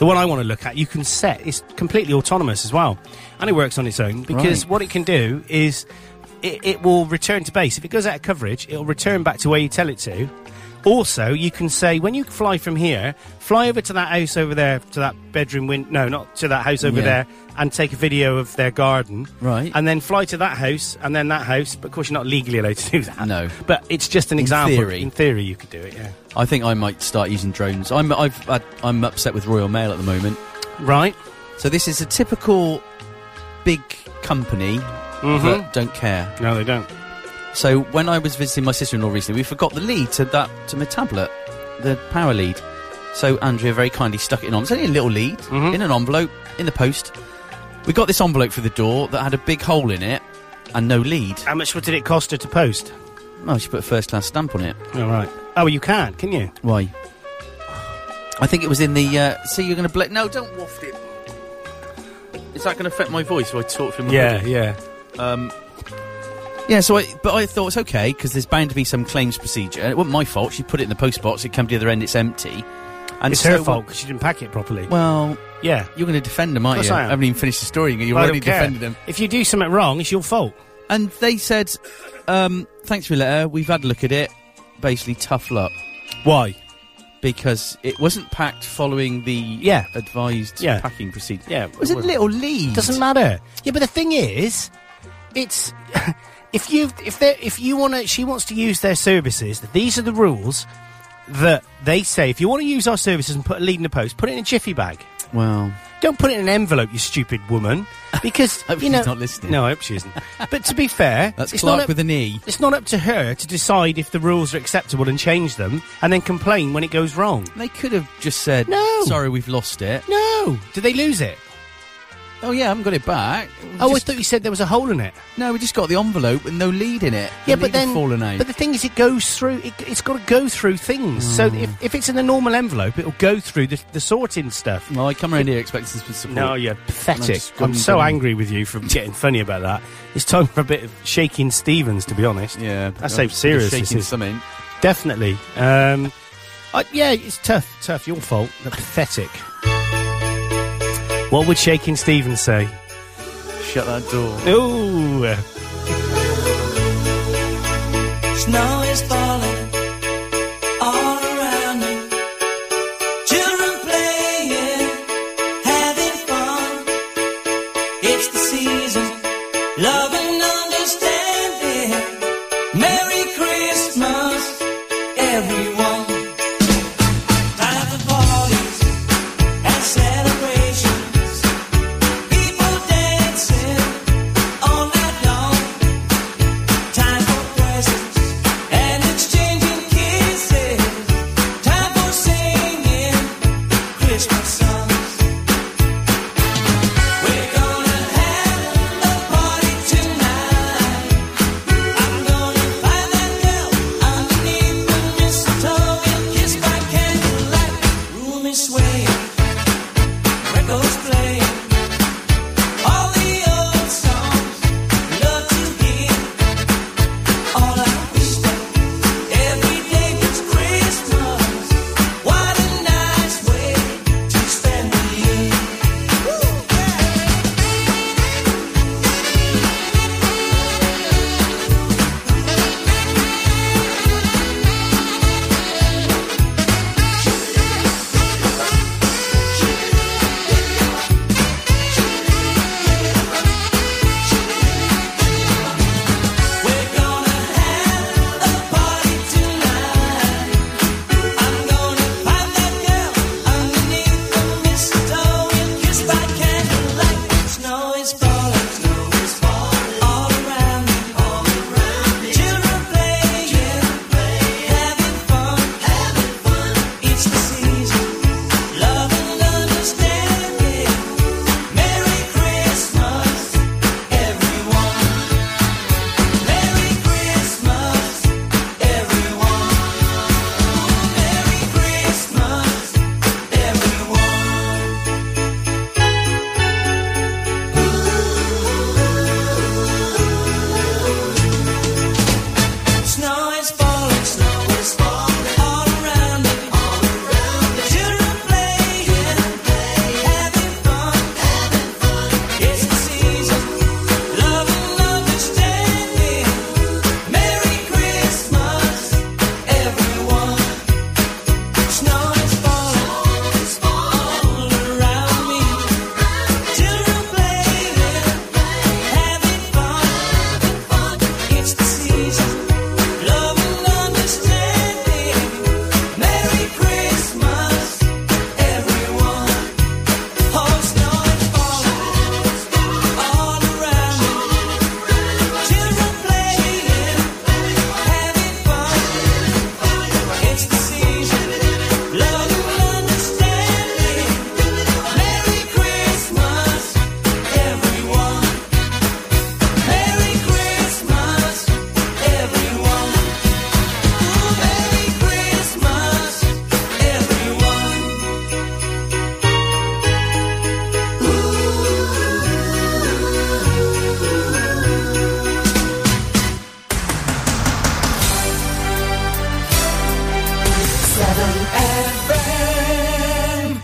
the one I want to look at, you can set. It's completely autonomous as well. And it works on its own because Right. what it can do is it, it will return to base. If it goes out of coverage, it'll return back to where you tell it to. Also, you can say when you fly from here, fly over to that house over there, to that bedroom window. No, not to that house over Yeah. there, and take a video of their garden. Right. And then fly to that house, and then that house. But of course, you're not legally allowed to do that. No. But it's just an In example. theory. In theory, you could do it. Yeah. I think I might start using drones. I'm I've had, I'm upset with Royal Mail at the moment. Right. So this is a typical big company that don't care. Mm-hmm. No, they don't. So when I was visiting my sister-in-law recently, we forgot the lead to that to my tablet, the power lead. So Andrea very kindly stuck it in on. It's only a little lead Mm-hmm. in an envelope in the post. We got this envelope for the door that had a big hole in it and no lead. How much did it cost her to post? Oh, she put a first class stamp on it. All right. Oh, you can, can you? Why? I think it was in the. Uh, see, you're going to blame. No, don't waft it. Is that going to affect my voice? If I talk through my hoodie? yeah. Um, Yeah, so I, but I thought it's okay because there's bound to be some claims procedure. It wasn't my fault. She put it in the post box. It came to the other end. It's empty. And It's so her what- fault because she didn't pack it properly. Well, yeah. you're going to defend them, aren't Of course you? I am. haven't even finished the story. You've I already don't care. defended them. If you do something wrong, it's your fault. And they said, um, "Thanks for your letter. We've had a look at it. Basically, tough luck Why? because it wasn't packed following the Yeah. advised Yeah. packing procedure. Yeah, it was it a wasn't. little lead. Doesn't matter. Yeah, but the thing is, it's <laughs> if you if they if you want to, she wants to use their services. These are the rules that they say. If you want to use our services and put a lead in the post, put it in a jiffy bag. Well, Don't put it in an envelope, you stupid <laughs> woman. Because Hope you she's know, not listening. No, I hope she isn't. but to be fair, <laughs> that's it's Clark not up, with an E. it's not up to her to decide if the rules are acceptable and change them, and then complain when it goes wrong. They could have just said, No. sorry, we've lost it." No, did they lose it? Oh yeah, I haven't got it back. Oh, Just- I thought you said there was a hole in it. No, we just got the envelope with no lead in it. The yeah, lead but had then, fallen out. but the thing is, it goes through. It, it's got to go through things. So Hmm. if, if it's in a normal envelope, it'll go through the, the sorting stuff. well, I come around here expecting some support. No, you're pathetic. just I'm gone so down. angry with you for getting funny about that. It's time for a bit of shaking Stevens, to be honest. yeah, that's I'm how serious shaking this is. Something. Definitely. Um, I, yeah, it's tough. Tough. Your fault. They're pathetic. What would shaking Stevens say? Shut that door. Ooh. Snow is falling all around me. Children playing, having fun. It's the season, love and understanding. Merry Christmas, everyone. Time for parties and celebrations. People dancing all night long. Time for presents and exchanging kisses. Time for singing Christmas songs. We're gonna have a party tonight. I'm gonna find that girl underneath the mistletoe and kiss by candlelight. Room is swaying, records playing, all the old songs we love to hear. All I wish that every day was Christmas. What a nice way to spend the year.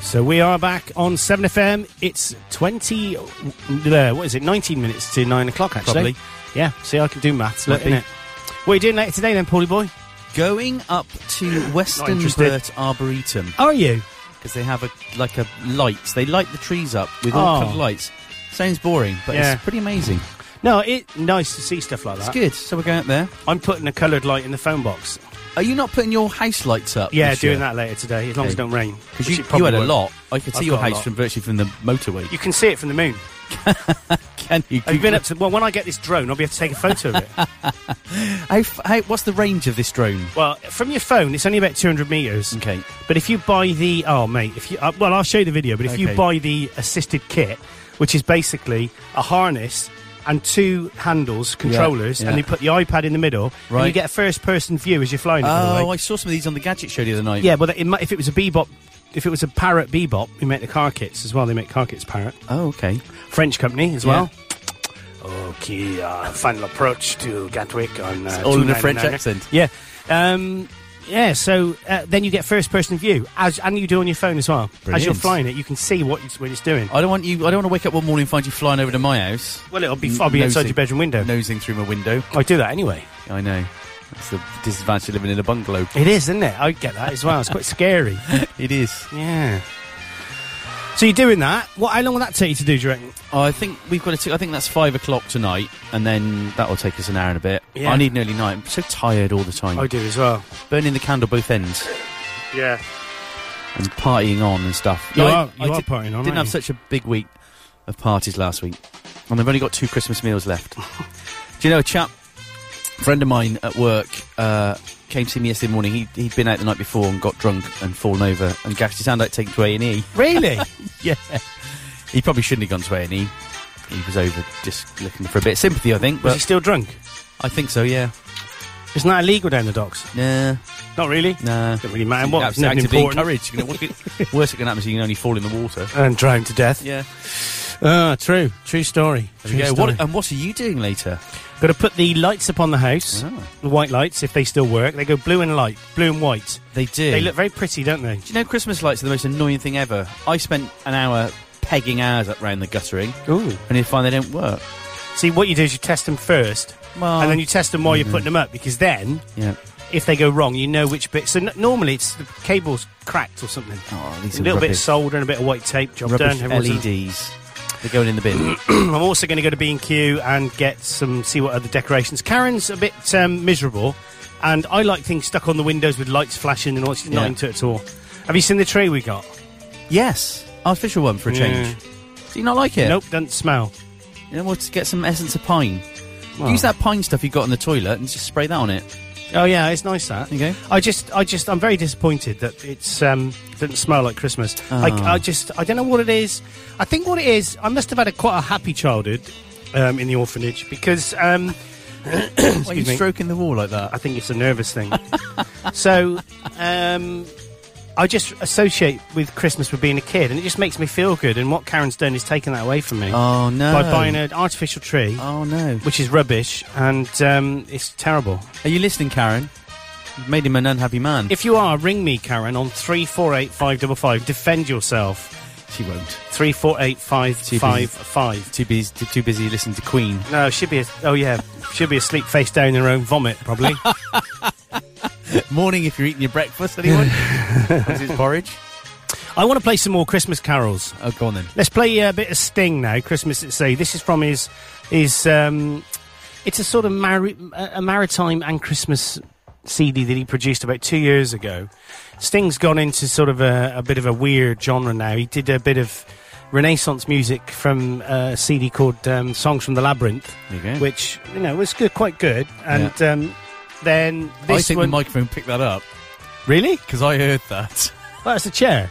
So we are back on 7FM. It's 20, uh, what is it, 19 minutes to 9 o'clock, actually. Probably. Yeah, see, I can do maths, look, Might be. innit? What are you doing later today then, Paulie boy? Going up to Western interested. Burt Arboretum. Are you? Because they have a like a lights. They light the trees up with all Oh. kind of lights. Sounds boring, but Yeah. it's pretty amazing. No, it nice to see stuff like that. It's good. So we're going up there. I'm putting a coloured light in the phone box. Are you not putting your house lights up? Yeah, doing that later today, as long as it don't rain. Because which you, it you probably had a won't. lot. I could see I've your got a house lot. from virtually from the motorway. You can see it from the moon. <laughs> Can you? I've been up to. Well, when I get this drone, I'll be able to take a photo of it. How, f- how, what's the range of this drone? Well, from your phone, it's only about 200 meters. Okay. But if you buy the oh mate, if you uh, well, I'll show you the video. But if you Okay. buy the assisted kit, which is basically a harness and two handles, controllers, yeah. and you put the iPad in the middle, and you Right. get a first-person view as you're flying. it all the Oh, way. I saw some of these on the gadget show the other night. yeah. Well, that- it, might- if it was a bebop, if it was a parrot bebop, we make the car kits as well. They make car kits parrot, Oh, okay. French company as Yeah. well. Okay, uh, final approach to Gatwick on uh, all in a 299. French accent. Yeah, um, yeah. So uh, then you get first-person view, as and you do on your phone as well. As you're Brilliant. flying it, you can see what it's, what it's doing. I don't want you. I don't want to wake up one morning and find you flying over to my house. Well, it'll be- I'll be N- outside nosing- your bedroom window. nosing through my window. I do that anyway. I know. That's the disadvantage of living in a bungalow. It is, isn't it? I get that as well. It's quite scary. <laughs> it is. Yeah. So you're doing that. What? How long will that take you to do? Do you reckon? I think we've got to. T- I think that's five o'clock tonight, and then that will Mm, take us an hour and a bit. Yeah. I need an early night. I'm so tired all the time. I do as well. Burning the candle both ends Yeah. and partying on and stuff. You No, are- you are did- partying on, aren't Didn't have you? such a big week of parties last week, and I've only got two Christmas meals <laughs> left. do you know a chap? Friend of mine at work uh, came to see me yesterday morning. He, he'd been out the night before and got drunk and fallen over and gashed his hand out, taken to A and E. <laughs> Really? Yeah. He probably shouldn't have gone to A&E. He was over just looking for a bit of sympathy, I think. But Was he still drunk? I think so, yeah. Isn't that illegal down the docks? Nah, Not really. nah. Don't really matter what. That's It's nothing actively important. encouraged. You know, what could- worse it can happen is you can only fall in the water. And drowned to death. Yeah. Ah, true. True story. There we True go. story. What, and what are you doing later? Got to put the lights up on the house. Oh. The white lights, if they still work. They go blue and light, blue and white. They do. They look very pretty, don't they? do you know Christmas lights are the most annoying thing ever? I spent an hour pegging ours up round the guttering, Ooh. and you find they don't work. See, what you do is you test them first, Well, and then you test them while Mm-hmm. you're putting them up, because then, yeah. if they go wrong, you know which bit. So n- normally it's the cable's cracked or something. Oh, these a are little bit of rubbish. solder and a bit of white tape. Job Rubbish E done. Everyone's- LEDs. They're going in the <clears throat> bin. Um, I'm also going to go to B&Q and get some, see what other decorations. Karen's a bit um, miserable, and I like things stuck on the windows with lights flashing and all. She's not Yeah. into it at all. Have you seen the tree we got? yes, artificial one for a change. Do you not like it? Nope, doesn't smell. You know, we'll just get some essence of pine. Well. Use that pine stuff you got in the toilet and just spray that on it. Oh yeah, it's nice that. There you go. I just, I just, I'm very disappointed that it's um, doesn't smell like Christmas. Like Oh. I just, I don't know what it is. I think what it is, I must have had a quite a happy childhood um, in the orphanage because um, <coughs> Why are you me. stroking the wall like that? I think it's a nervous thing. <laughs> so, um, I just associate with Christmas with being a kid, and it just makes me feel good. And what Karen's done is taken that away from me Oh no! by buying an artificial tree, Oh no! which is rubbish and um, it's terrible. Are you listening, Karen? You've made him an unhappy man. If you are, ring me, Karen, on three four eight five double five. Defend yourself. she won't. Three four eight five five five. Too busy. Too, too busy listening to Queen. No, she'd be. A, oh yeah, she'd be asleep face down in her own vomit probably. <laughs> Morning, if you're eating your breakfast, <laughs> anyone? Is it porridge? I want to play some more Christmas carols. Oh, go on then. Let's play uh, a bit of Sting now. Christmas at Sea. This is from his his. Um, it's a sort of mari- a maritime and Christmas CD that he produced about two years ago. Sting's gone into sort of a, a bit of a weird genre now. He did a bit of Renaissance music from uh, a CD called um, "Songs from the Labyrinth," There you go. which you know was good, quite good. And um, then I this think one, the microphone picked that up really? because I heard that. Well, that's the chair.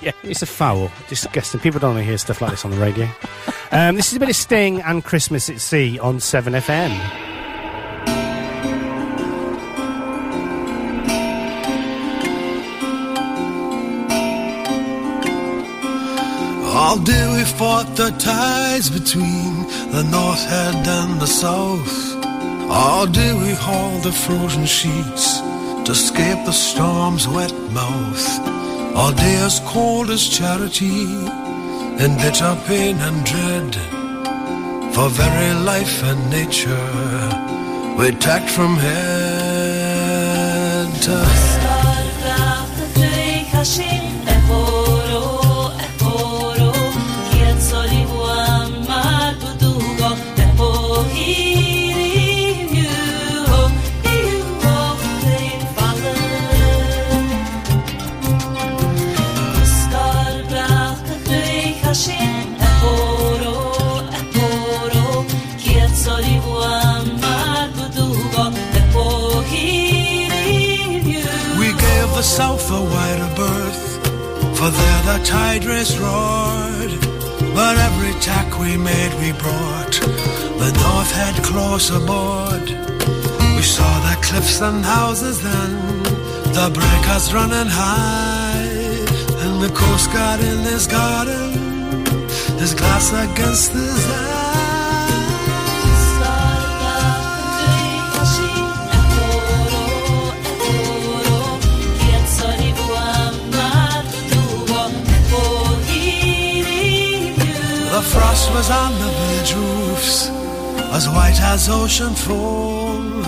Yeah. It's a foul. Disgusting. People don't want to hear stuff like this on the radio. um, this is a bit of Sting and Christmas at Sea on 7FM. All day we fought the tides between the north head and the south. All day we hauled the frozen sheets to escape the storm's wet mouth. Our day as cold as charity and bitter pain and dread. For very life and nature, we're tacked from head to We gave the South a wider berth, for there the tide race roared. But every tack we made, we brought the North had close aboard. We saw the cliffs and houses then, the breakers running high, and the coast guard in his garden, his glass against his The frost was on the village roofs, as white as ocean foam.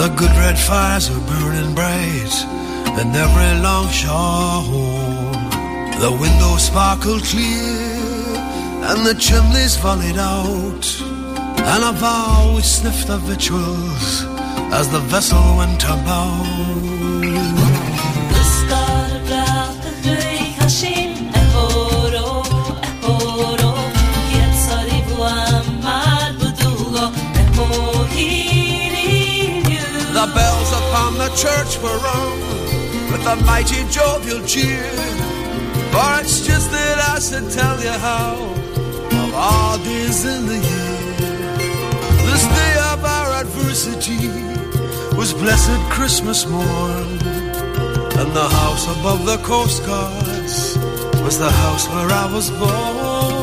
The good red fires were burning bright, and every longshore home. The windows sparkled clear, and the chimneys volleyed out. And a vow we sniffed the victuals as the vessel went about. The bells upon the church were rung with a mighty jovial cheer. For it's just that I should tell you how of all days in the year. This day of our adversity was blessed Christmas morn. And the house above the coast guards was the house where I was born.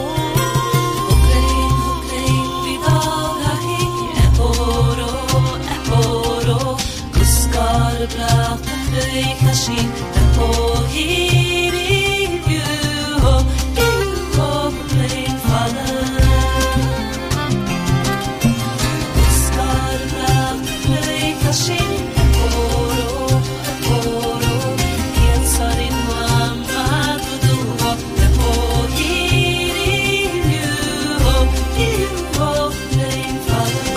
Father.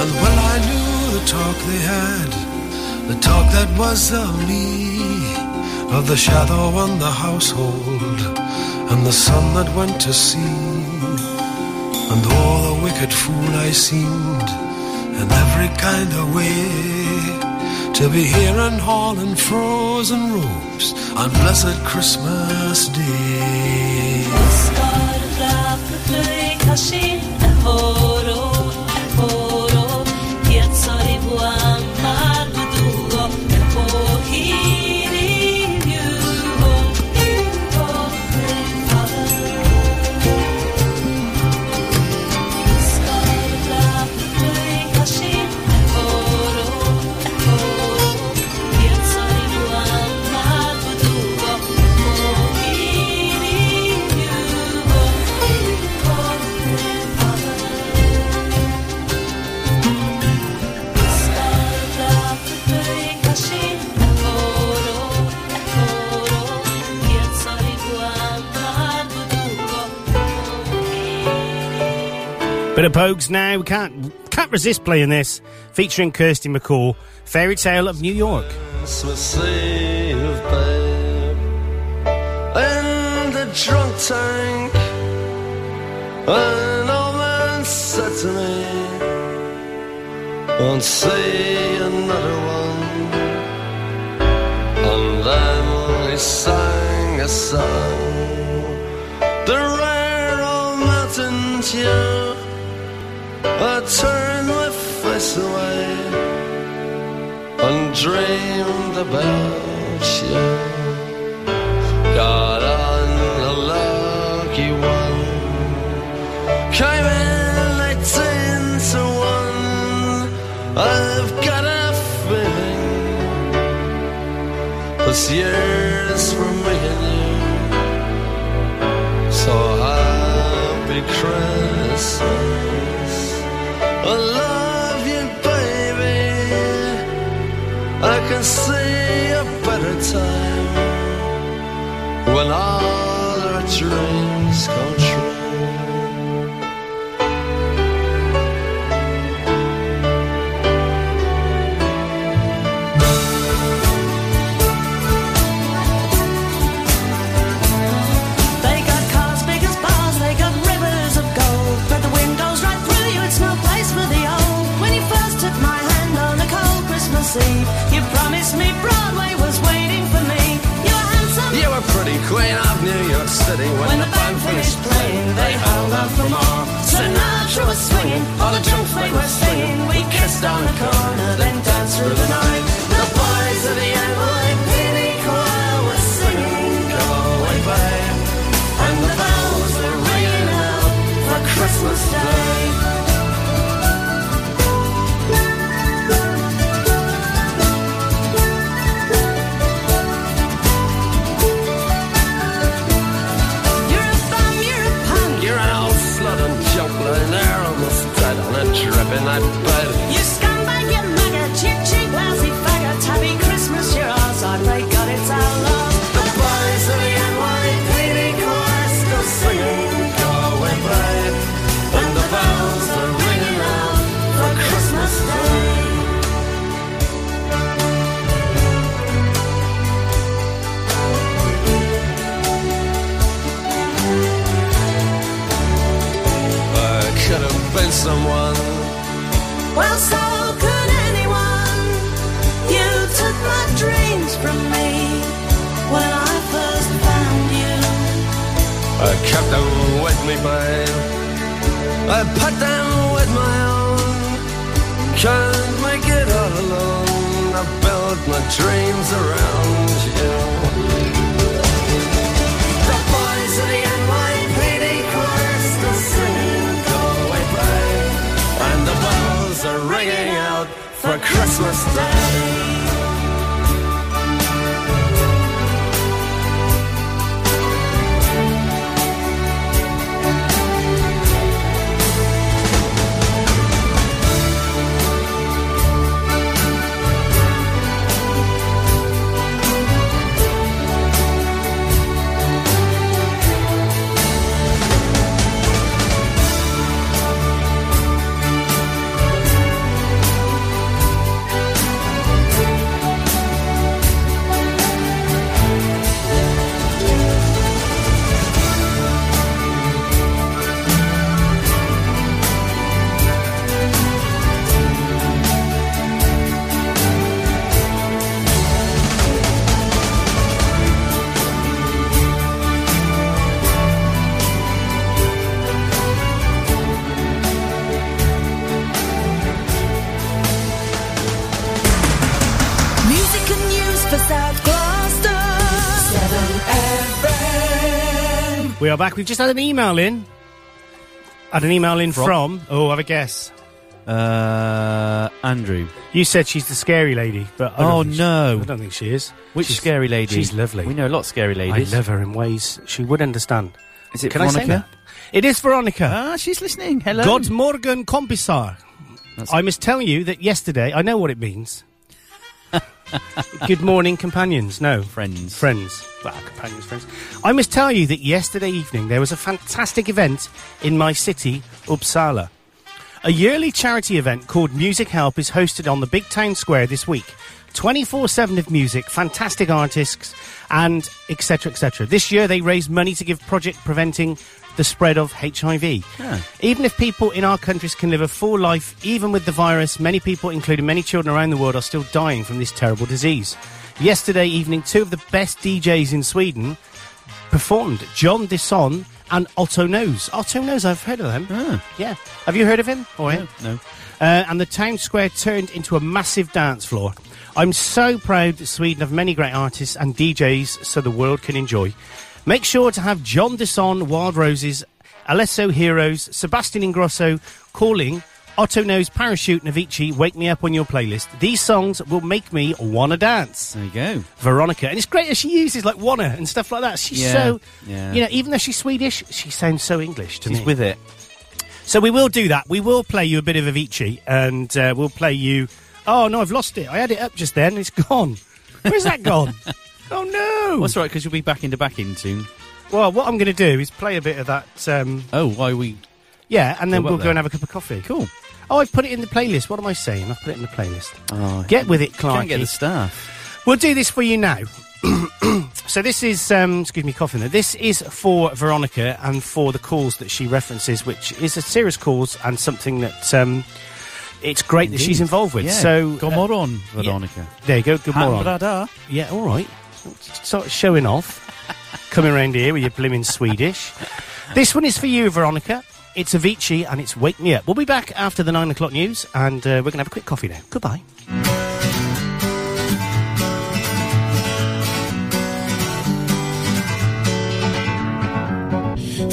And well, I knew the talk they had, the talk that was of me, of the shadow on the household, and the sun that went to sea. And all the wicked fool I seemed, in every kind of way, to be here and all in frozen robes on blessed Christmas Day. Bit of Pogues now. We can't can't resist playing this, featuring Kirsty McCall, Fairy Tale of New York. was saved, babe. In the drunk tank, an old man said to me, Won't see another one. And then he sang a song, the rare old mountain tune. I turned my face away and dreamed about you. Got on the lucky one, came in eighteen to one. I've got a feeling this year's for me and you. So happy Christmas. I love you, baby. I can see a better time when all our dreams come true. They got cars big as bars, they got rivers of gold. But the wind goes right through you, it's no place for the old. When you first took my hand on a cold Christmas Eve, you promised me Broadway was waiting for me. You were handsome. You were pretty queen of New York City when, the band finished playing. They held out for more. Sinatra was swinging, all the junk they were singing. We kissed on the corner, then danced through the night. The boys of the NYPD choir were singing, Go away, babe. And the bells were ringing out for Christmas Day. You're a bum, you're a punk. You're an old slut and junk lying there almost dead on a drip in that bed. You scumbag, you maggot, cheap, cheap, lousy faggot. Happy Christmas, you're ours. I pray God it's our love. The boys of the NYPD chorus go singing, go away, babe. And the bells are ringing out for Christmas Day. I Uh, could have been someone. Well, so could anyone. You took my dreams from me when I first found you. I Uh, kept them with me, babe. I put them with my own. Can't make it all alone. I built my dreams around you. The boys of the NYPD chorus are singing, go away, babe. And the bells are ringing out for Christmas Day. Music and news for South Gloucester. 7FM. We are back. We've just had an email in. Had an email in from. From? oh, have a guess. Uh, Andrew. You said she's the scary lady, but I don't Oh, think she- no. I don't think she is. Which She's- scary lady? She's lovely. We know a lot of scary ladies. I love her in ways she would understand. Is it Can I say Veronica? that? It is Veronica. Ah, she's listening. Hello. God Morgan Kompisar. I must tell you that yesterday, I know what it means. Good morning, companions. No. Friends. Friends. Well, companions, friends. I must tell you that yesterday evening there was a fantastic event in my city, Uppsala. A yearly charity event called Music Help is hosted on the big town square this week. 24 7 of music, fantastic artists, and etc. etc. This year they raised money to give Project Preventing the Spread of HIV. Yeah. Even if people in our countries can live a full life, even with the virus, many people, including many children around the world, are still dying from this terrible disease. Yesterday evening, two of the best DJs in Sweden performed John Disson and Otto Nose. Otto Nose, I've heard of them. Yeah. Have you heard of him? Or him? Ah. No. Uh, and the town square turned into a massive dance floor. I'm so proud that Sweden have many great artists and DJs so the world can enjoy. Make sure to have John Disson, Wild Roses, Alesso Heroes, Sebastian Ingrosso calling Otto Knows, Parachute, and Avicii, Wake Me Up on your playlist. These songs will make me wanna dance. There you go. Veronica. And it's great that she uses like wanna and stuff like that. She's Yeah, so, yeah. you know, even though she's Swedish, she sounds so English to She's me. with it. So we will do that. We will play you a bit of Avicii and uh, we'll play you. Oh, no, I've lost it. I had it up just then. It's gone. Where's that gone? <laughs> oh, no. That's all right, because you'll be back into back in soon. Well, what I'm going to do is play a bit of that. Um, oh, why we? Yeah, and then Go up we'll go there. and have a cup of coffee. Cool. Oh, I've put it in the playlist. What am I saying? I've put it in the playlist. Oh, Get with it, Clark. Can't get the staff. We'll do this for you now. <clears throat> so this is, um, excuse me, coughing. There. This is for Veronica and for the calls that she references, which is a serious cause and something that um, it's great that she's involved with. Yeah. So Go uh, moron, yeah. Veronica. There you go. Good Hand moron. brada. Yeah, all right. Sort of showing off. Coming around here with your blimmin' Swedish. This one is for you, Veronica. It's Avicii and it's Wake Me Up. We'll be back after the nine o'clock news and uh, we're going to have a quick coffee now. Goodbye.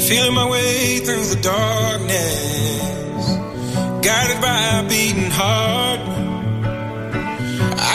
Feeling my way through the darkness, guided by a beating heart. I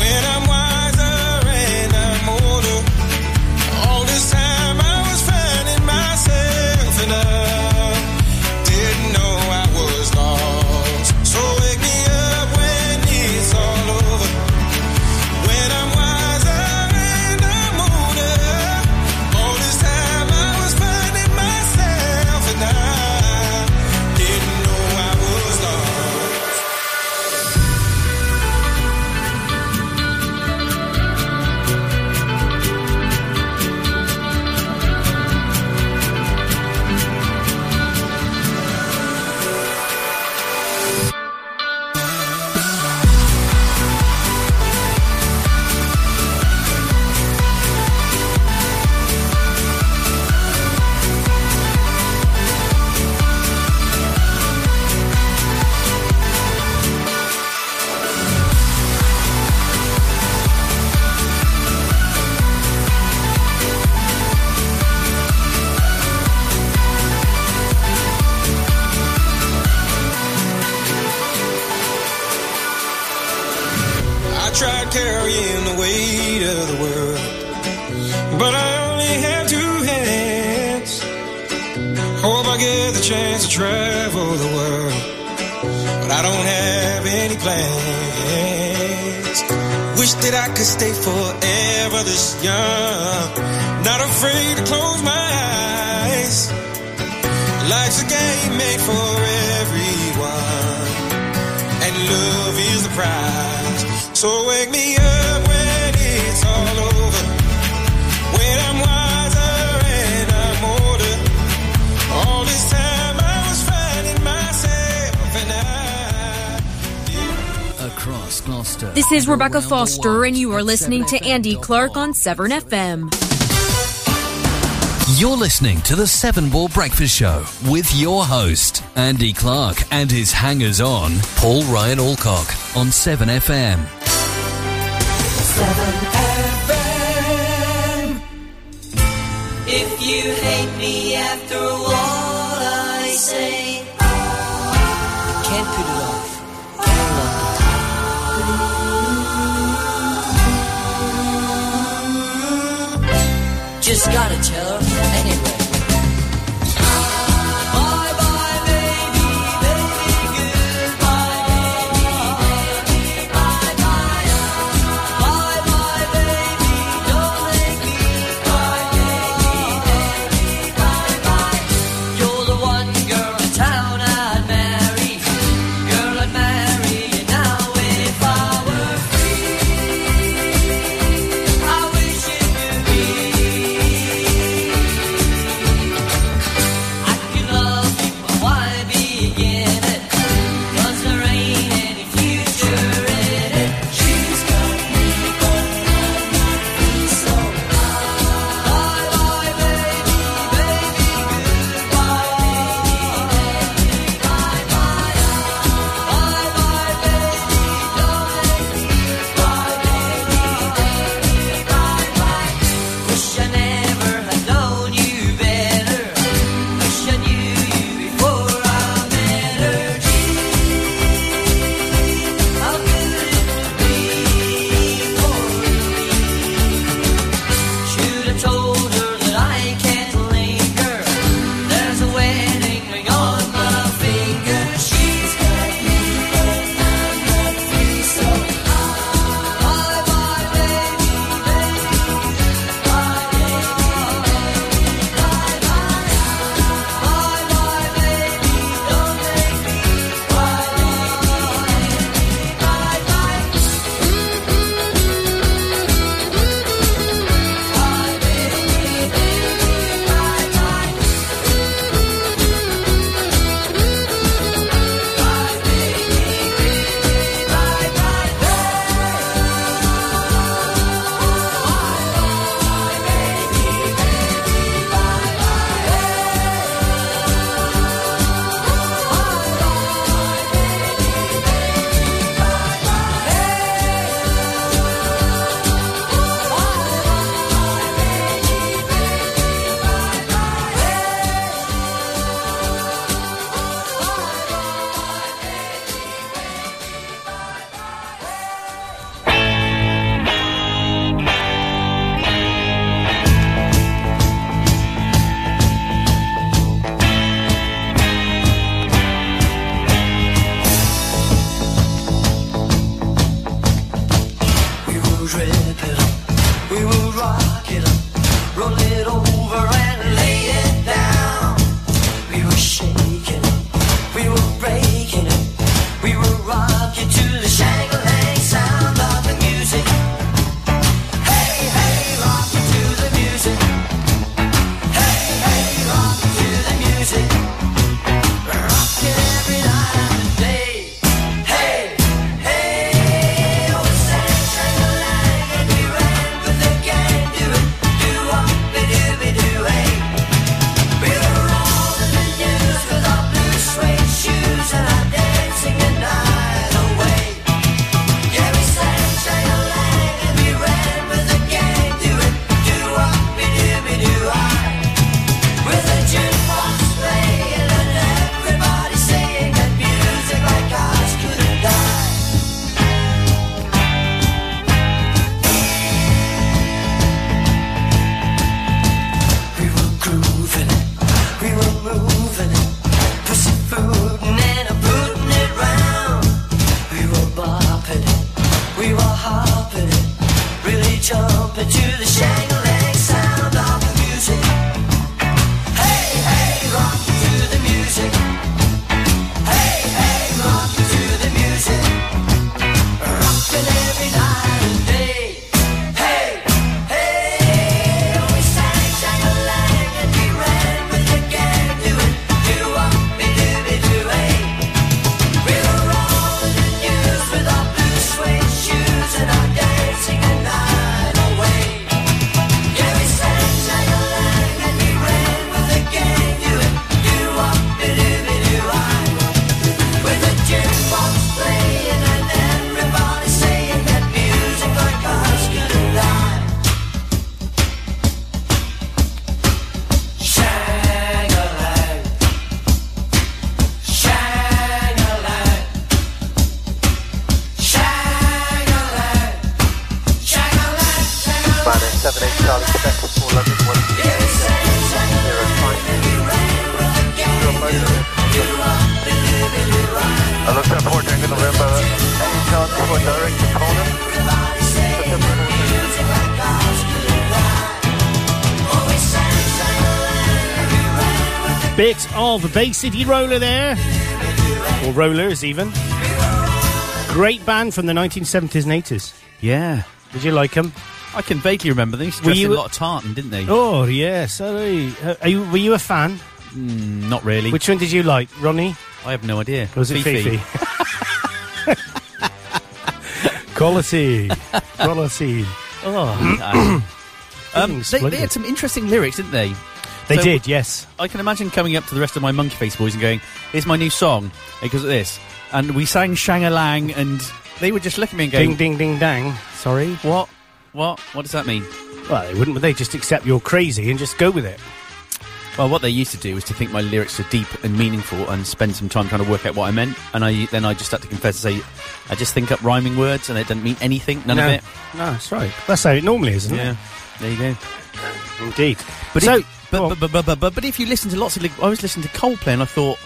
When I'm wiser and I'm older. All this time I was finding myself and I didn't know I was lost. So wake me up when it's all over. When I'm wiser and I'm older. All this time I was finding myself and I didn't know I was lost. I tried carrying the weight of the world, but I only have two hands. Hope I get the chance to travel the world, but I don't have any plans. Wish that I could stay forever this young, not afraid to close my eyes. Life's a game made for everyone and love is the prize. So wake me up when it's all over. When I'm wiser and I'm older. All this time I was finding myself and I. Across Gloucester. This is Rebecca Foster, and you are at listening to Andy Clark on Severn FM. You're listening to the Seven Ball Breakfast Show with your host, Andy Clark, and his hangers on, Paul Ryan Alcock on 7FM. If you hate me after all I say, can't put it off. Just gotta tell her anyway. Bye bye, baby, baby, goodbye, baby, baby, bye bye. Bye bye, baby, don't let me cry, baby, baby, bye bye. You're the one girl in town I'd marry, girl I'd marry you now if I were free. I wish it could be. hopping, really jumping to the shangling sound of the music. Hey, hey, rock to the music. Hey, hey, rock to the music. Rocking every night and day. Hey, hey, we sang shangling and we ran with the gang, doing do up, doobie doo hey. We were rolling in news with our blue suede shoes and our dancing a night away. Yeah, we sang sang along and we ran with the gang, doing do wop doo doo I. With the jukebox playing and everybody saying that music like us could alive. Shang along. Shang-a-lang. Shang-a-lang. Shang-a-lang. Minus 78 Charlie Quebec for London 13805. I looked up 14th November. Any chance for direct to Poland? Bit of Bay City Roller there. Or Rollers, even. Great band from the 1970s and 80s. Yeah. Did you like them? I can vaguely remember them. They used to Were dress in you- a lot of tartan, didn't they? Oh, yes. Sorry. Uh, Are you, were you a fan? Mm, not really. Which one did you like, Ronnie? I have no idea. Was it <laughs> Quality. Quality. Oh. <clears throat> um, they, they splendid. had some interesting lyrics, didn't they? They did, yes. I can imagine coming up to the rest of my Monkey Face boys and going, "Here's my new song because of this," and we sang Shang a Lang, and they were just looking at me and going, Ding, ding, ding, dang. Sorry. What? What? What does that mean? Well, they wouldn't, would they? Just accept you're crazy and just go with it. Well, what they used to do was to think my lyrics were deep and meaningful, and spend some time trying to work out what I meant. And I then I just had to confess to say, I just think up rhyming words, and it doesn't mean anything, none no. of it. No, that's right. That's how it normally is, isn't Yeah. it? There you go. Indeed. But So- if, but, but, but, but, but, but, but if you listen to lots of, li- I was listening to Coldplay and I thought,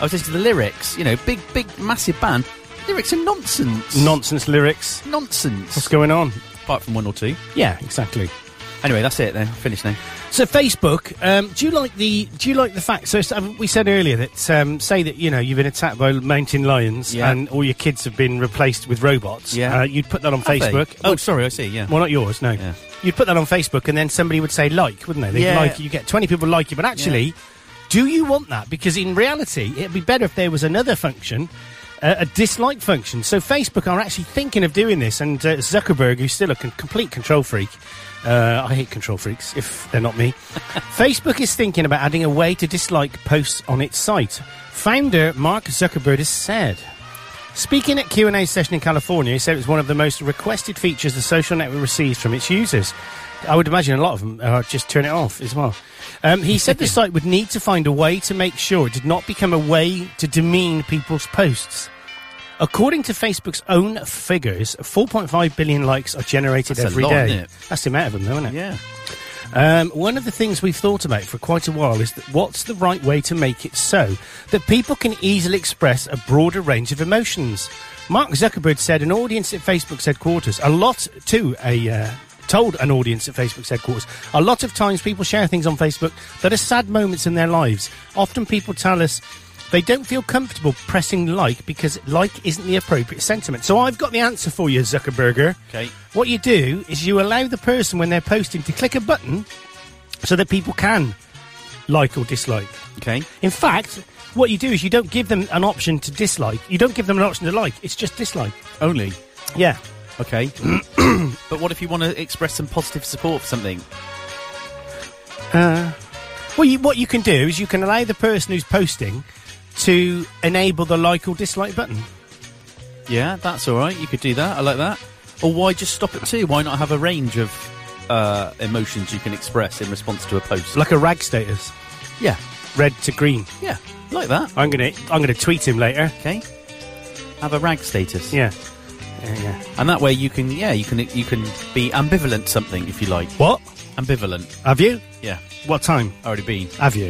I was listening to the lyrics. You know, big, big, massive band. Lyrics are nonsense. Nonsense lyrics. Nonsense. What's going on? Apart from one or two. Yeah, exactly. Anyway, that's it. Then finished now. So Facebook, um, do you like the do you like the fact? So so we said earlier that um, say that you know you've been attacked by mountain lions Yeah. and all your kids have been replaced with robots. Yeah. uh, you'd put that on Have they? Facebook. Oh, Would- sorry, I see. Yeah. Well, not yours. No, you'd put that on Facebook, and then somebody would say like, wouldn't they? They'd Yeah. like it. you. Get twenty people like you, but actually, do you want that? Because in reality, it'd be better if there was another function. Uh, a dislike function. So Facebook are actually thinking of doing this, and uh, Zuckerberg, who's still a con- complete control freak, uh, I hate control freaks if they're not me. Facebook is thinking about adding a way to dislike posts on its site. Founder Mark Zuckerberg has said, Speaking at Q&A session in California, he said it was one of the most requested features the social network receives from its users. I would imagine a lot of them uh, just turn it off as well. Um, he said the site would need to find a way to make sure it did not become a way to demean people's posts. According to Facebook's own figures, 4.5 billion likes are generated That's a every lot, day. isn't it? That's the amount of them, though, isn't it? Yeah. Um, one of the things we've thought about for quite a while is that what's the right way to make it so that people can easily express a broader range of emotions. Mark Zuckerberg said an audience at Facebook's headquarters, a lot to a. Uh, Told an audience at Facebook's headquarters. A lot of times people share things on Facebook that are sad moments in their lives. Often people tell us they don't feel comfortable pressing like because like isn't the appropriate sentiment. So I've got the answer for you, Zuckerberger. Okay. What you do is you allow the person when they're posting to click a button so that people can like or dislike. Okay. In fact, what you do is you don't give them an option to dislike. You don't give them an option to like. It's just dislike. Only. Yeah. <clears throat> Okay. but what if you want to express some positive support for something? Uh, well, you, what you can do is you can allow the person who's posting to enable the like or dislike button. Yeah, that's all right. You could do that. I like that. Or why just stop at two? Why not have a range of uh, emotions you can express in response to a post? Like a rag status. Yeah. Red to green. Yeah, like that. I'm gonna I'm gonna tweet him later. Okay. Have a rag status. Yeah. Yeah, yeah. And that way you can yeah you can you can be ambivalent to something if you like. What? Ambivalent. <laughs> Have you? Yeah. What time? Already been. Have you?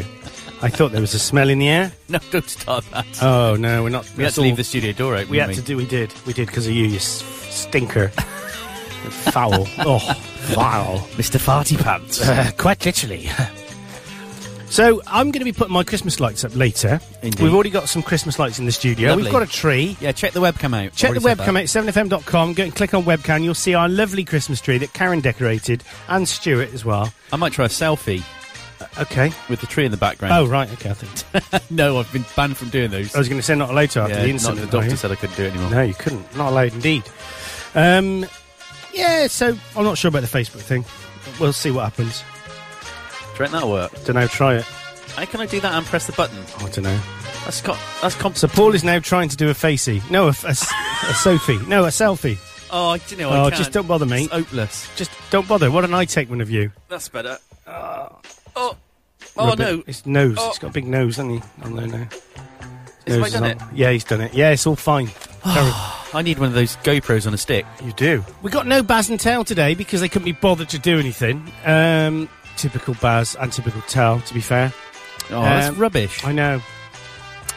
I thought there was a smell in the air. No, don't start that. Oh no, we're not. We had that's to leave all- the studio door open. We had didn't to do. We did. We did because of you, you s- stinker, <laughs> foul. Oh, vile, Mr. Farty Pants. Uh, quite literally. So I'm going to be putting my Christmas lights up later. Indeed. We've already got some Christmas lights in the studio. Lovely. We've got a tree. Yeah, check the webcam out. Check the I've already said webcam at 7fm.com. Go and click on webcam. You'll see our lovely Christmas tree that Karen decorated and Stuart as well. that. I might try a selfie. Uh, Okay. With the tree in the background. Oh, right. Okay. I, <laughs> think. <laughs> no, I've been banned from doing those. I was going to say not allowed to after Yeah, the not- incident. the doctor are you? said I couldn't do it anymore. No, you couldn't. Not allowed indeed. Um, yeah, so I'm not sure about the Facebook thing. We'll see what happens. Do you reckon that'll work? Don't know. Try it. How can I do that and press the button? Oh, I don't know. That's got, that's comp- So Paul is now trying to do a facey. No, a, a s- a Sophie. No, a selfie. Oh, I- do you know, I oh, can't. just don't bother me. It's hopeless. Just don't bother. Why don't I take one of you? That's better. Ah. oh, oh Rub it. no. It's nose. Oh. It's got a big nose, hasn't he? Oh no, no. Has Nose Mike is done on- it? Yeah, he's done <sighs> it. Yeah, it's all fine. Carry- I need one of those GoPros on a stick. You do. we got no Baz and Tal today because they couldn't be bothered to do anything. Um, typical Baz and typical Tal, to be fair. Oh, that's rubbish. I know.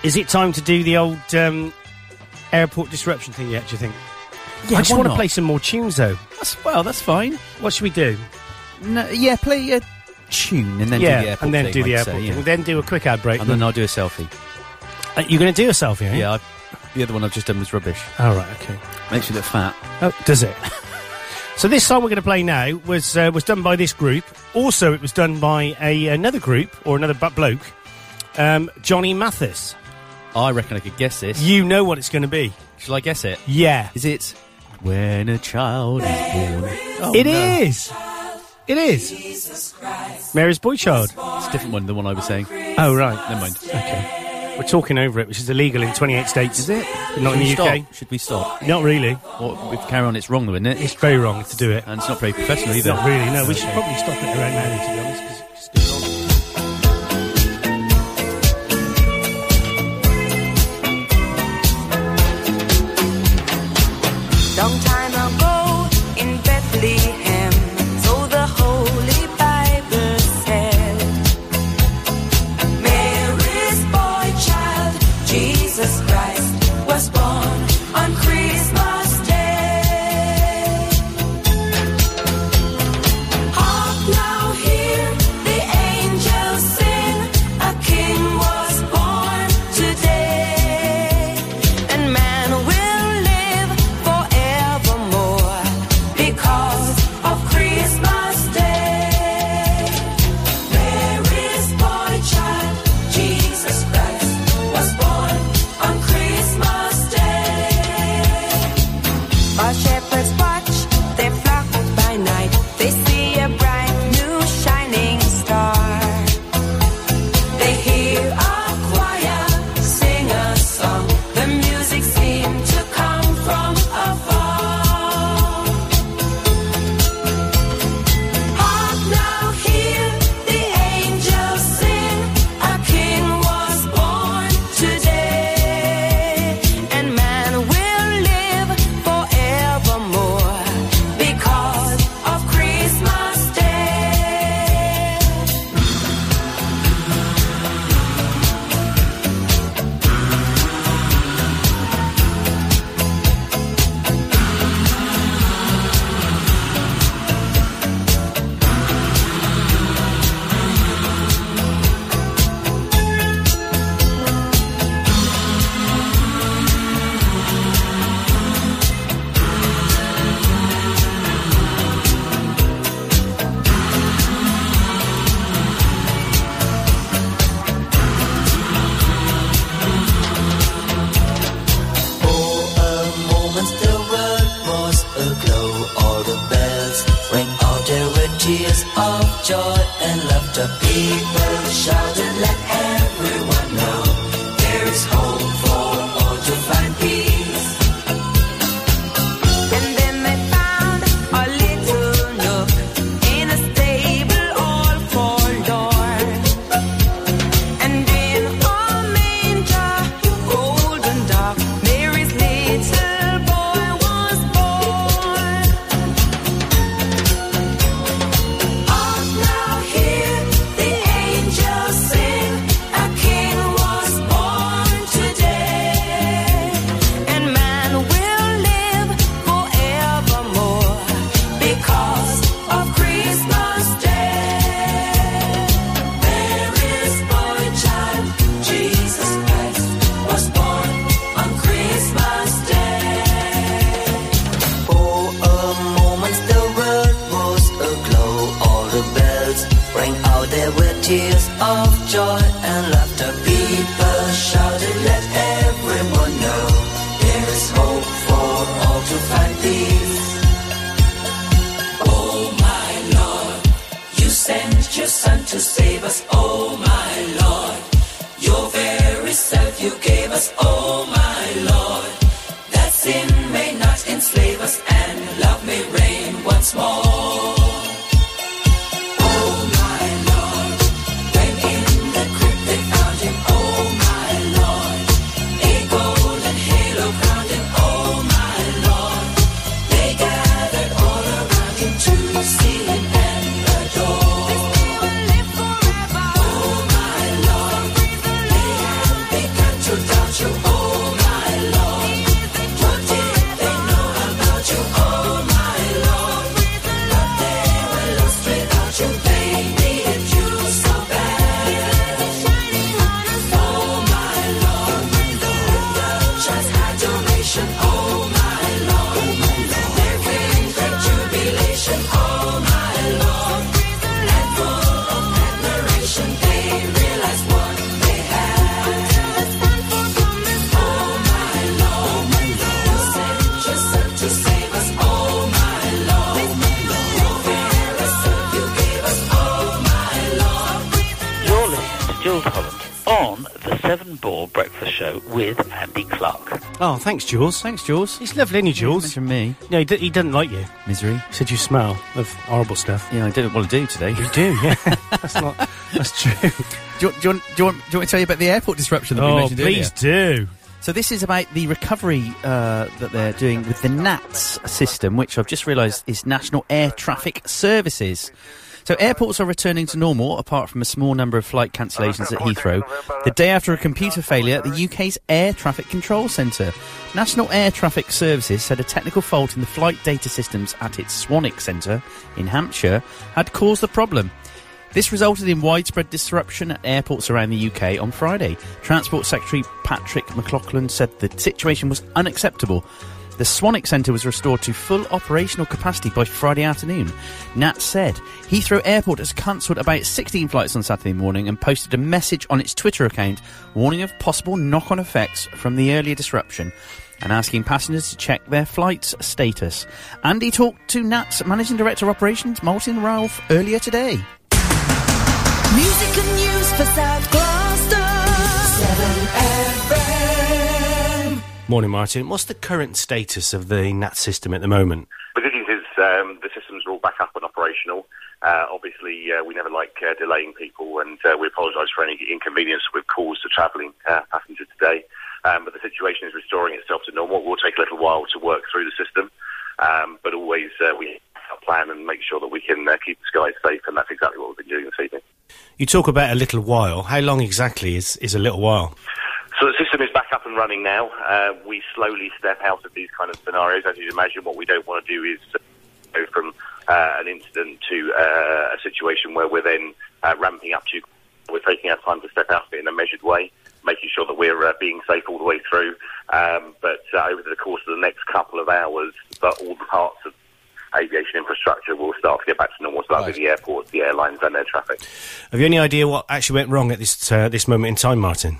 Is it time to do the old um, airport disruption thing yet? Do you think? Yeah, I just why want to not? play some more tunes though. That's, well, that's fine. What should we do? No, yeah, play a tune and then yeah, do the airport and then thing, do the I'd airport say, thing. yeah. Then do a quick ad break. And then I'll do a selfie. Uh, you're going to do a selfie, are you? Yeah, I, the other one I've just done was rubbish. All right. Okay. Makes you look fat. Oh, does it? <laughs> so this song we're going to play now was uh, was done by this group. Also, it was done by a another group or another bu- bloke, um, Johnny Mathis. I reckon I could guess this. You know what it's going to be. Shall I guess it? Yeah. Is it when a child is born? It is. Oh, It is. Mary's boy child. It's a different one than the one I was saying. Oh right. Never mind. Okay. We're talking over it, which is illegal in 28 states. Is it? Not Should in the we UK. Stop? Should we stop? Not really. Well, if we carry on, it's wrong, though, isn't it? It's very wrong to do it. And it's not very professional either. Not really. No, we should probably stop it around now, to be honest. 'cause it's too long. Long time ago in Bethlehem, so the Holy Bible said. Mary's boy child, Jesus Christ, was born on Christmas Day. Hark now, hear the angels sing, a king was born today. And man will live forevermore because of Christmas Day. Mary's boy child, Jesus Christ, was born on Christmas Day. While shepherds watch their flock by night, they see a bright new shining star. They hear a choir sing a song. The music seemed to come from afar. Hark now, hear the angels sing. A king was born today, and man will live forevermore because of Christmas Day. a moment the world was aglow. All the bells rang out. There were tears of joy and laughter. People shouted, let everyone know there is hope for all to find peace. And then they found a little nook in a stable all forlorn. And in a manger, cold and dark, Mary's little boy was born. Hark now, hear the tears of joy and laughter. People shouted, let everyone know there is hope for all to find peace. Oh my Lord, you sent your Son to save us. Oh my Lord, your very self you gave us. Oh my Lord, that sin may not enslave us and love may reign once more. Oh, oh, oh, Oh, You're listening to Jules Holland on the Seven Ball Breakfast Show with Andy Clark. Oh, thanks, Jules. Thanks, Jules. He's lovely, isn't he, Jules? From me. No, he, d- he doesn't like you. Misery. He said you smell of horrible stuff. Yeah, I did. Well, I do today. You do, <laughs> yeah. that's not. That's true. Do you, do, you want, do, you want, do you want me to tell you about the airport disruption that we Oh, mentioned please earlier? do. So this is about the recovery uh, that they're doing with the NATS system, which I've just realised is National Air Traffic Services. So airports are returning to normal, apart from a small number of flight cancellations at Heathrow. The day after a computer failure at the UK's Air Traffic Control Centre, National Air Traffic Services said a technical fault in the flight data systems at its Swanwick Centre in Hampshire had caused the problem. This resulted in widespread disruption at airports around the UK on Friday. Transport Secretary Patrick McLaughlin said the situation was unacceptable. The Swanwick Centre was restored to full operational capacity by Friday afternoon. Nat said Heathrow Airport has cancelled about 16 flights on Saturday morning and posted a message on its Twitter account warning of possible knock on effects from the earlier disruption and asking passengers to check their flight's status. Andy talked to Nat's Managing Director Operations, Martin Ralph, earlier today. Music and news for South Gloucester. 7 FM. Morning, Martin. What's the current status of the NAT system at the moment? The good news is um, the systems are all back up and operational. Uh, obviously, uh, we never like uh, delaying people, and uh, we apologise for any inconvenience we've caused to travelling uh, passengers today. Um, but the situation is restoring itself to normal. It will take a little while to work through the system, um, but always uh, we have a plan and make sure that we can uh, keep the skies safe, and that's exactly what we've been doing this evening. You talk about a little while. How long exactly is, is a little while? So the system is back up and running now. Uh, we slowly step out of these kind of scenarios. As you'd imagine, what we don't want to do is uh, go from uh, an incident to uh, a situation where we're then uh, ramping up to. We're taking our time to step out of it in a measured way, making sure that we're uh, being safe all the way through. Um, but uh, over the course of the next couple of hours, that all the parts of aviation infrastructure will start to get back to normal. So that'll be the airports, the airlines, and their traffic. Have you any idea what actually went wrong at this uh, this moment in time, Martin?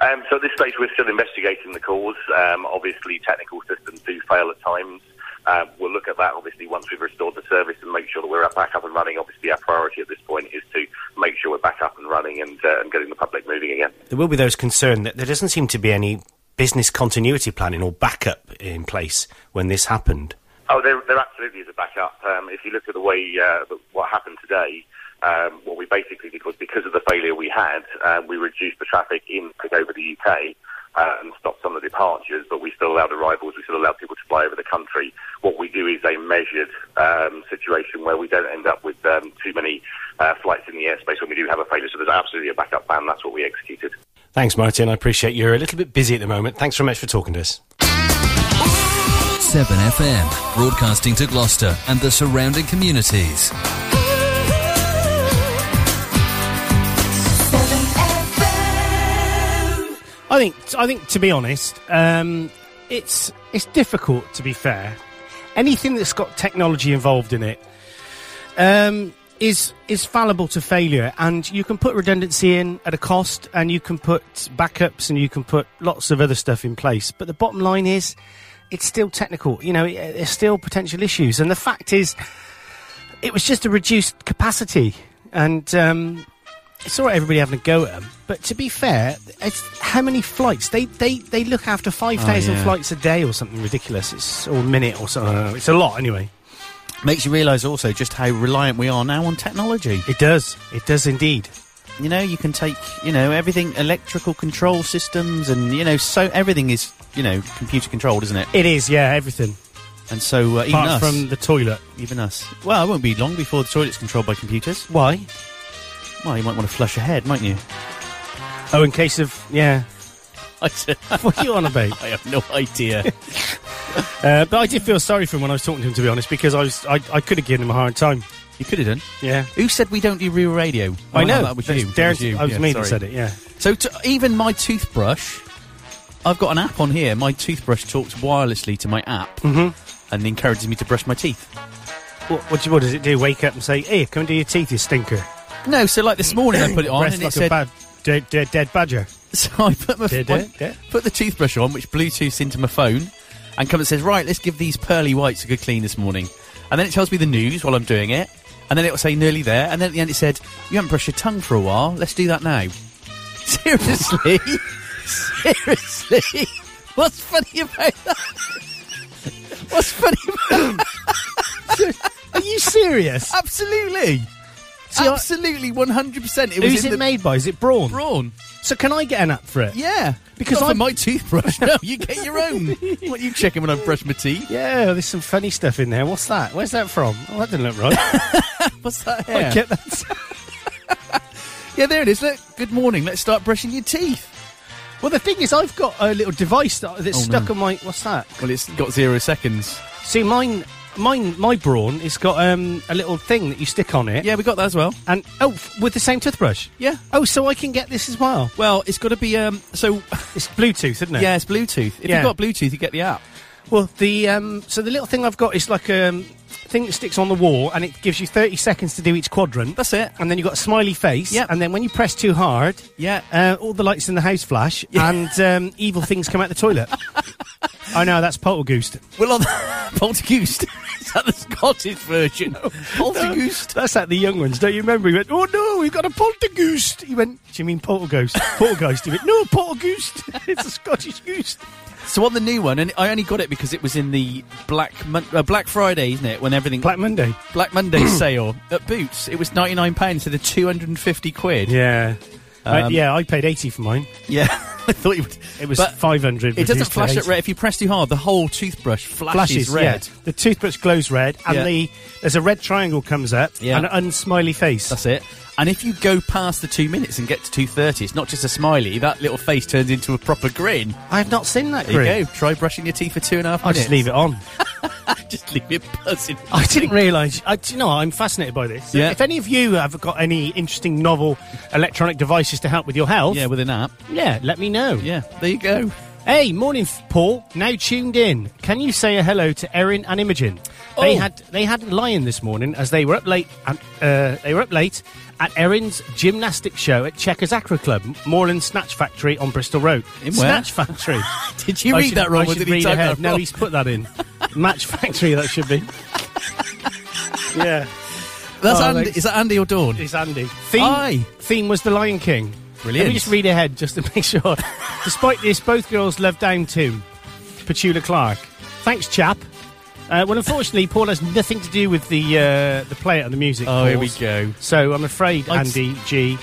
Um, so at this stage, we're still investigating the cause. Um, obviously, technical systems do fail at times. Uh, we'll look at that obviously once we've restored the service and make sure that we're up- back up and running. Obviously, our priority at this point is to make sure we're back up and running and, uh, and getting the public moving again. There will be those concerned that there doesn't seem to be any business continuity planning or backup in place when this happened. Oh, there, there absolutely is a backup. Um, if you look at the way uh, the, what happened today, um, what we basically did was because of the failure we had, uh, we reduced the traffic in over the UK uh, and stopped some of the departures, but we still allowed arrivals. We still allowed people to fly over the country. What we do is a measured um, situation where we don't end up with um, too many uh, flights in the airspace when we do have a failure. So there's absolutely a backup plan. That's what we executed. Thanks, Martin. I appreciate you're a little bit busy at the moment. Thanks very much for talking to us. 7FM, broadcasting to Gloucester and the surrounding communities. I think I think to be honest, um, it's it's difficult to be fair. Anything that's got technology involved in it, um, is is fallible to failure, and you can put redundancy in at a cost, and you can put backups, and you can put lots of other stuff in place. But the bottom line is, it's still technical. You know, it- it's still potential issues, and the fact is, it was just a reduced capacity, and um, it's all right. Everybody having a go at them, but to be fair, it's how many flights they they they look after five thousand Oh, yeah. flights a day or something ridiculous. It's or a minute or something. I don't know. It's a lot anyway. Makes you realise also just how reliant we are now on technology. It does. It does indeed. You know, you can take, you know, everything electrical control systems and, you know, so everything is, you know, computer controlled, isn't it? It is, yeah, everything. And so uh, even Apart us. from the toilet. Even us. Well, it won't be long before the toilet's controlled by computers. Why? Well, you might want to flush ahead, mightn't you? Oh, in case of <laughs> yeah. what <laughs> are you on <laughs> about? I have no idea. <laughs> Uh, but I did feel sorry for him when I was talking to him, to be honest, because I was I, I could have given him a hard time. You could have done. Yeah. Who said we don't do real radio? I Oh, know. no, that was That's you. That Darren- was you. I was me sorry. that said it, yeah. So to, even my toothbrush, I've got an app on here. My toothbrush talks wirelessly to my app and encourages me to brush my teeth. Mm-hmm. What, what, do you- what does it do? Wake up and say, "Hey, come and do your teeth, you stinker." No, so like this morning I put <coughs> it on Breath and like it said. a bad, dead, dead, dead badger. <laughs> So I put my Dead, I dead, dead. put the toothbrush on, which Bluetooths into my phone, and comes and says, "Right, let's give these pearly whites a good clean this morning." And then it tells me the news while I'm doing it, and then it will say nearly there, and then at the end it said, "You haven't brushed your tongue for a while. Let's do that now." <laughs> Seriously, seriously, what's funny about that? What's funny about <coughs> Are you serious? Absolutely. Absolutely, 100%. It was Who's in it the- made by? Is it Brawn? Brawn. So can I get an app for it? Yeah, Because Not for I'm- my toothbrush. No, you get your own. what you checking when I brush my teeth? Yeah, there's some funny stuff in there. What's that? Where's that from? Oh, that didn't look right. <laughs> What's that? I Hair? get that. <laughs> yeah, there it is. Look, good morning. Let's start brushing your teeth. Well, the thing is, I've got a little device that, that's Oh, stuck no. on my. What's that? Well, it's got zero seconds. See, mine, mine, my brawn. It's got um, a little thing that you stick on it. Yeah, we got that as well. And oh, f- with the same toothbrush. Yeah. Oh, so I can get this as well. Well, it's got to be um. So It's Bluetooth, isn't it? yeah, it's Bluetooth. If Yeah. you've got Bluetooth, you get the app. Well, the um, so the little thing I've got is like a um, thing that sticks on the wall, and it gives you thirty seconds to do each quadrant. That's it. And then you've got a smiley face. Yep. And then when you press too hard, Yeah. uh, all the lights in the house flash, and um, evil things come out <laughs> the toilet. I know that's poltergeist. Well, on <laughs> Poltergeist. Is that the Scottish version? Poltergeist. That's like the young ones. Don't you remember? He went, "Oh no, we've got a poltergeist." He went, "Do you mean poltergeist? poltergeist?" He went, "No, poltergeist. <laughs> it's a Scottish goose." So on the new one, and I only got it because it was in the Black Mon- uh, Black Friday, isn't it? When everything Black Monday. Black <clears throat> Monday sale at Boots, it was ninety nine pounds instead of two hundred and fifty quid. Yeah. I- Um, yeah, I paid eighty for mine. Yeah, <laughs> I thought you would. It was But five hundred. It doesn't flash at red. If you press too hard, the whole toothbrush flashes, Flashes red. Yeah. The toothbrush glows red, and Yeah. the there's a red triangle comes up Yeah. and an unsmiley face. That's it. And if you go past the two minutes and get to two thirty, it's not just a smiley. That little face turns into a proper grin. I have not seen that. There grin. you go. Try brushing your teeth for two and a half I minutes. just leave it on. <laughs> just leave it buzzing. I didn't realise. I, do you know, I'm fascinated by this. Yeah. If any of you have got any interesting, novel electronic devices to help with your health, Yeah, with an app. yeah, let me know. Yeah, there you go. Hey, morning, f- Paul. Now tuned in. Can you say a hello to Erin and Imogen? They Oh. had they had lion this morning as they were up late. And, uh, they were up late at Erin's gymnastics show at Checkers Acro Club, Moreland Snatch Factory on Bristol Road. In where? <laughs> Snatch Factory. Did you I read should- that wrong? I or should did he read type ahead. that No, wrong? he's put that in. <laughs> Match Factory. That should be. yeah, That's Oh, Andy. thanks. Is that Andy or Dawn? it's Andy. Theme Aye. theme was the Lion King. Brilliant. Let me just read ahead just to <laughs> make sure. Despite this, both girls love Down Tomb. Petula Clark. Thanks, chap. Uh, well, unfortunately, Paul has nothing to do with the uh, the player and the music. Oh, here we Paul's. go. So I'm afraid I'd- Andy G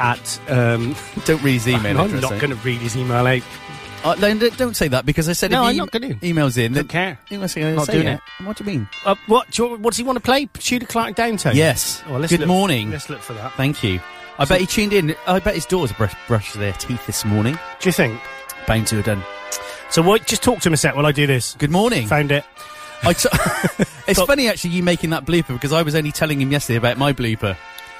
at. Um, <laughs> Don't read his email. I'm address, not eh? going to read his email out. Uh, no, no, don't say that because I said No, if I'm he not gonna. emails in. Then Don't care. He must say, Not doing it. What do you mean? Uh, what, do you- what does he want to play? Petula Clark Downtown? Yes. Oh, let's Good look- morning. Let's look for that. Thank you. I bet he tuned in. I bet his daughters brush, brushed their teeth this morning. Do you think? Bound to have done. So what, just talk to him a sec while I do this. Good morning. Found it. <laughs> I t- it's funny actually you making that blooper because I was only telling him yesterday about my blooper.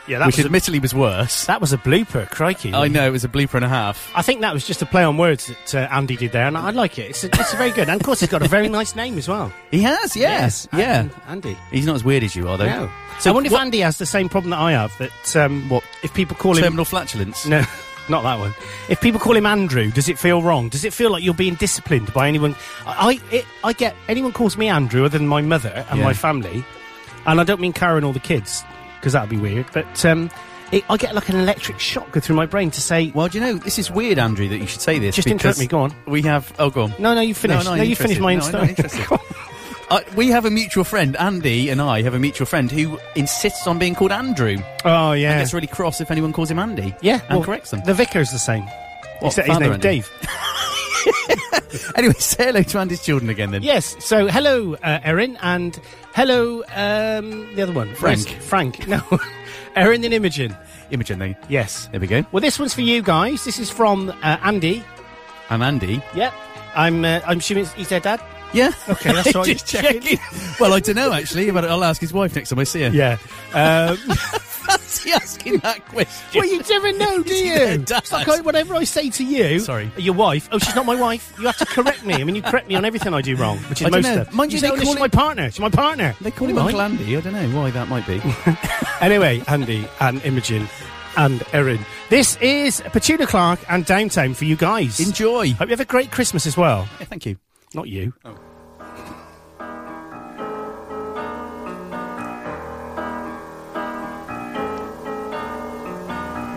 Yeah, that which was a- admittedly was worse. That was a blooper, crikey! I know it was a blooper and a half. I think that was just a play on words that uh, Andy did there, and I like it. It's, a, it's a very good, and of course, he's got a very <laughs> nice name as well. He has, yes, yeah. An- Andy. He's not as weird as you are, though. No. So I wonder if Andy has the same problem that I have. That um, what if people call him Terminal flatulence? No, <laughs> not that one. If people call him Andrew, does it feel wrong? Does it feel like you're being disciplined by anyone? I I, it, I get anyone calls me Andrew other than my mother and Yeah. my family, and I don't mean Karen or the kids because that'd be weird. But um, it, I get like an electric shock go through my brain to say. Well, do you know this is weird, Andrew, that you should say this? Just interrupt because me, go on. We have. Oh, go on. No, no, you finish. No, No, I'm you interested. finish my No, I'm not story. <laughs> interested. Uh, we have a mutual friend, Andy, and I have a mutual friend who insists on being called Andrew. Oh yeah, and gets really cross if anyone calls him Andy. Yeah, and well, corrects them. The vicar's the same. What, Except his Father name's Andy? Dave. anyway, <laughs> say hello to Andy's children again, then. Yes. So hello, uh, Erin, and hello, um, the other one, Frank. Yes, Frank. <laughs> No, Erin and Imogen. Imogen, then. Yes. There we go. Well, this one's for you guys. This is from uh, Andy. I'm Andy. Yep. I'm. Uh, I'm assuming it's- he's their dad. Yeah. <laughs> Okay. That's right. Just checking. <laughs> well, I don't know actually, but I'll ask his wife next time I see her. Yeah. Um, <laughs> Fancy asking that question. Well, you <laughs> never know, do you? their dad. It's like I- whenever I say to you, sorry, your wife. Oh, she's not my wife. You have to correct me. I mean, you correct me on everything I do wrong, which is I don't most know. of. Mind you, say, they "Oh, this call is him- my partner. She's my partner. They call him Right. Uncle Andy. I don't know why that might be. <laughs> Anyway, Andy and Imogen and Erin. This is Petula Clark and Downtime for you guys. Enjoy. Hope you have a great Christmas as well. Yeah, thank you. Not you.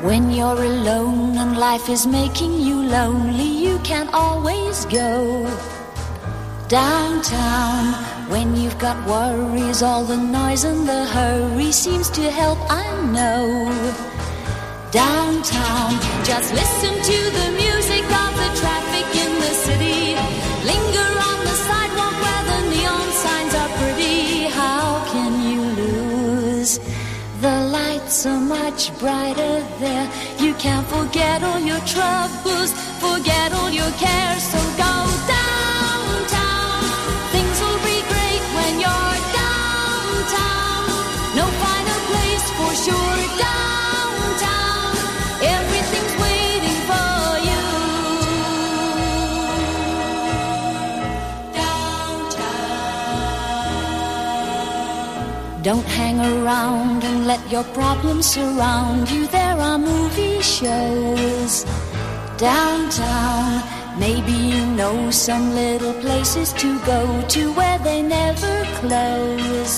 When you're alone and life is making you lonely, you can always go downtown. When you've got worries, all the noise and the hurry seems to help, I know. Downtown, just listen to the music of the traffic in the city. Linger on the sidewalk where the neon signs are pretty. How can you lose? The lights are much brighter there. You can't forget all your troubles, forget all your cares. So go downtown. Things will be great when you're downtown. No finer place for sure. Downtown. Everything's waiting for you. Don't hang around and let your problems surround you. There are movie shows downtown. Maybe you know some little places to go to where they never close.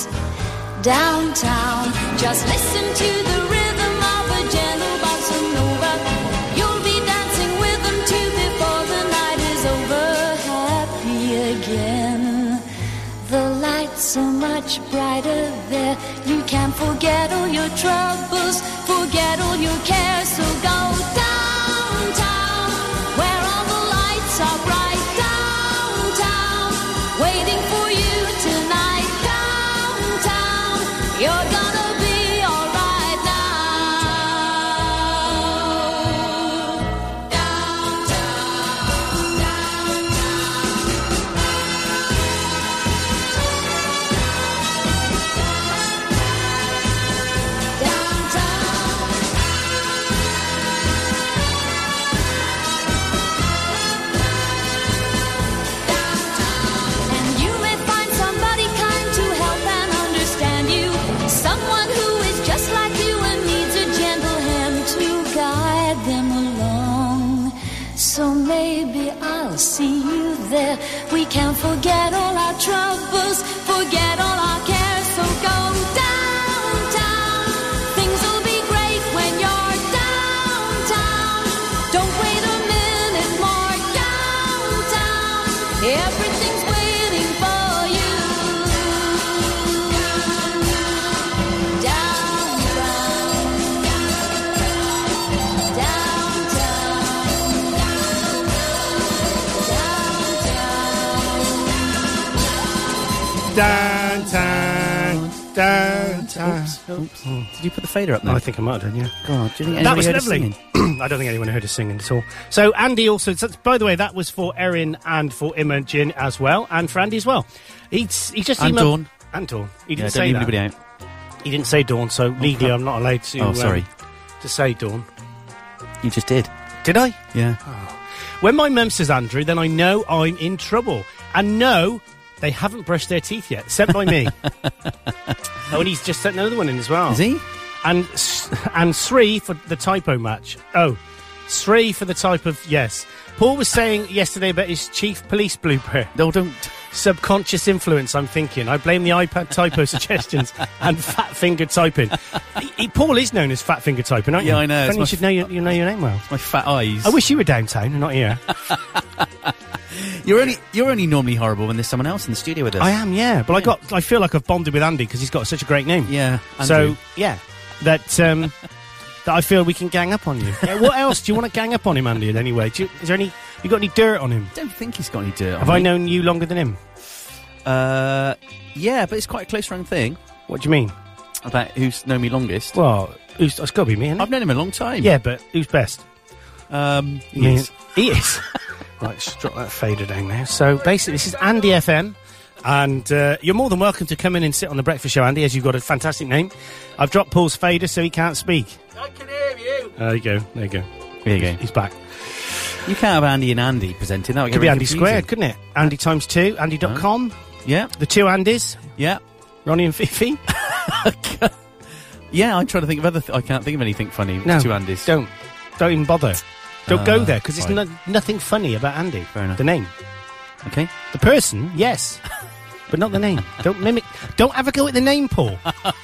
Downtown, just listen to the rhythm of a gentle bossa nova. You'll be dancing with them too before the night is over. Happy again. The lights are much brighter there. You can forget all your troubles, forget all your cares. So go downtown, where all the lights are bright. Downtown, waiting for you tonight. Downtown, you're gonna be alright now. And you may find somebody kind to help and understand you. Someone who is just like you and needs a gentle hand to guide them along. So maybe I'll see you there. We can forget all our troubles, forget all our cares. So go downtown. Things will be great when you're downtown. Don't wait a minute more downtown. Everything's waiting for you. Downtown. Downtown, downtown. Did you put the fader up there? Hmm. Oh, I think I might have done. Yeah. God, do you think That anybody was heard us lovely. singing? <clears throat> I don't think anyone heard us singing at all. So Andy also. so- by the way, that was for Erin and for Imogen as well, and for Andy as well. He's he just And emailed- Dawn. And Dawn. He Yeah, didn't don't say leave that. anybody out. He didn't say Dawn, so legally crap. I'm not allowed to. um, Oh, sorry. to say Dawn. You just did. Did I? Yeah. When my mum says Andrew, then I know I'm in trouble. And no, they haven't brushed their teeth yet, sent by <laughs> me. oh, and he's just sent another one in as well. Is he? And s- and three for the typo match. Oh, three for the type of yes. Paul was saying yesterday about his chief police blooper. No, don't. Subconscious influence, I'm thinking. I blame the iPad <laughs> typo suggestions and fat finger typing. He- he- Paul is known as fat finger typing, aren't you? Yeah, I know. Funny It's my you should know your, you know your name well. My fat eyes. I wish you were downtown and not here. <laughs> You're only you're only normally horrible when there's someone else in the studio with us. I am, yeah. But I got, I feel like I've bonded with Andy because he's got such a great name. Yeah. So Andrew. yeah, that um, <laughs> that I feel we can gang <laughs> up on you. Yeah, what else do you want to gang up on him, Andy? In any way? Do you, is there any? You got any dirt on him? Don't think he's got any dirt. Have on I me. known you longer than him? Uh, yeah, but it's quite a close run thing. What do you mean? About who's known me longest? Well, who's, it's got to be me. Isn't it? I've known him a long time. Yeah, but who's best? Um, I mean, he is. He <laughs> is. right, just drop that fader down there. So basically, this is Andy FM. And uh, you're more than welcome to come in and sit on the breakfast show, Andy, as you've got a fantastic name. I've dropped Paul's fader so he can't speak. I can hear you. There you go. There you go. There you go. He's back. You can't have Andy and Andy presenting. That would get Could be really Andy confusing. squared, couldn't it? Andy times two, Andy.com. Yeah, The two Andys, yeah, Ronnie and Fifi. <laughs> yeah. I'm trying to think of other. Th- I can't think of anything funny. with No, two Andys. Don't. Don't even bother. Don't go Uh, there because right. <laughs> there's no, nothing funny about Andy. Fair enough. The name. Okay. The person, yes. But not the name. Don't mimic. Don't have a go at the <laughs> name, Paul.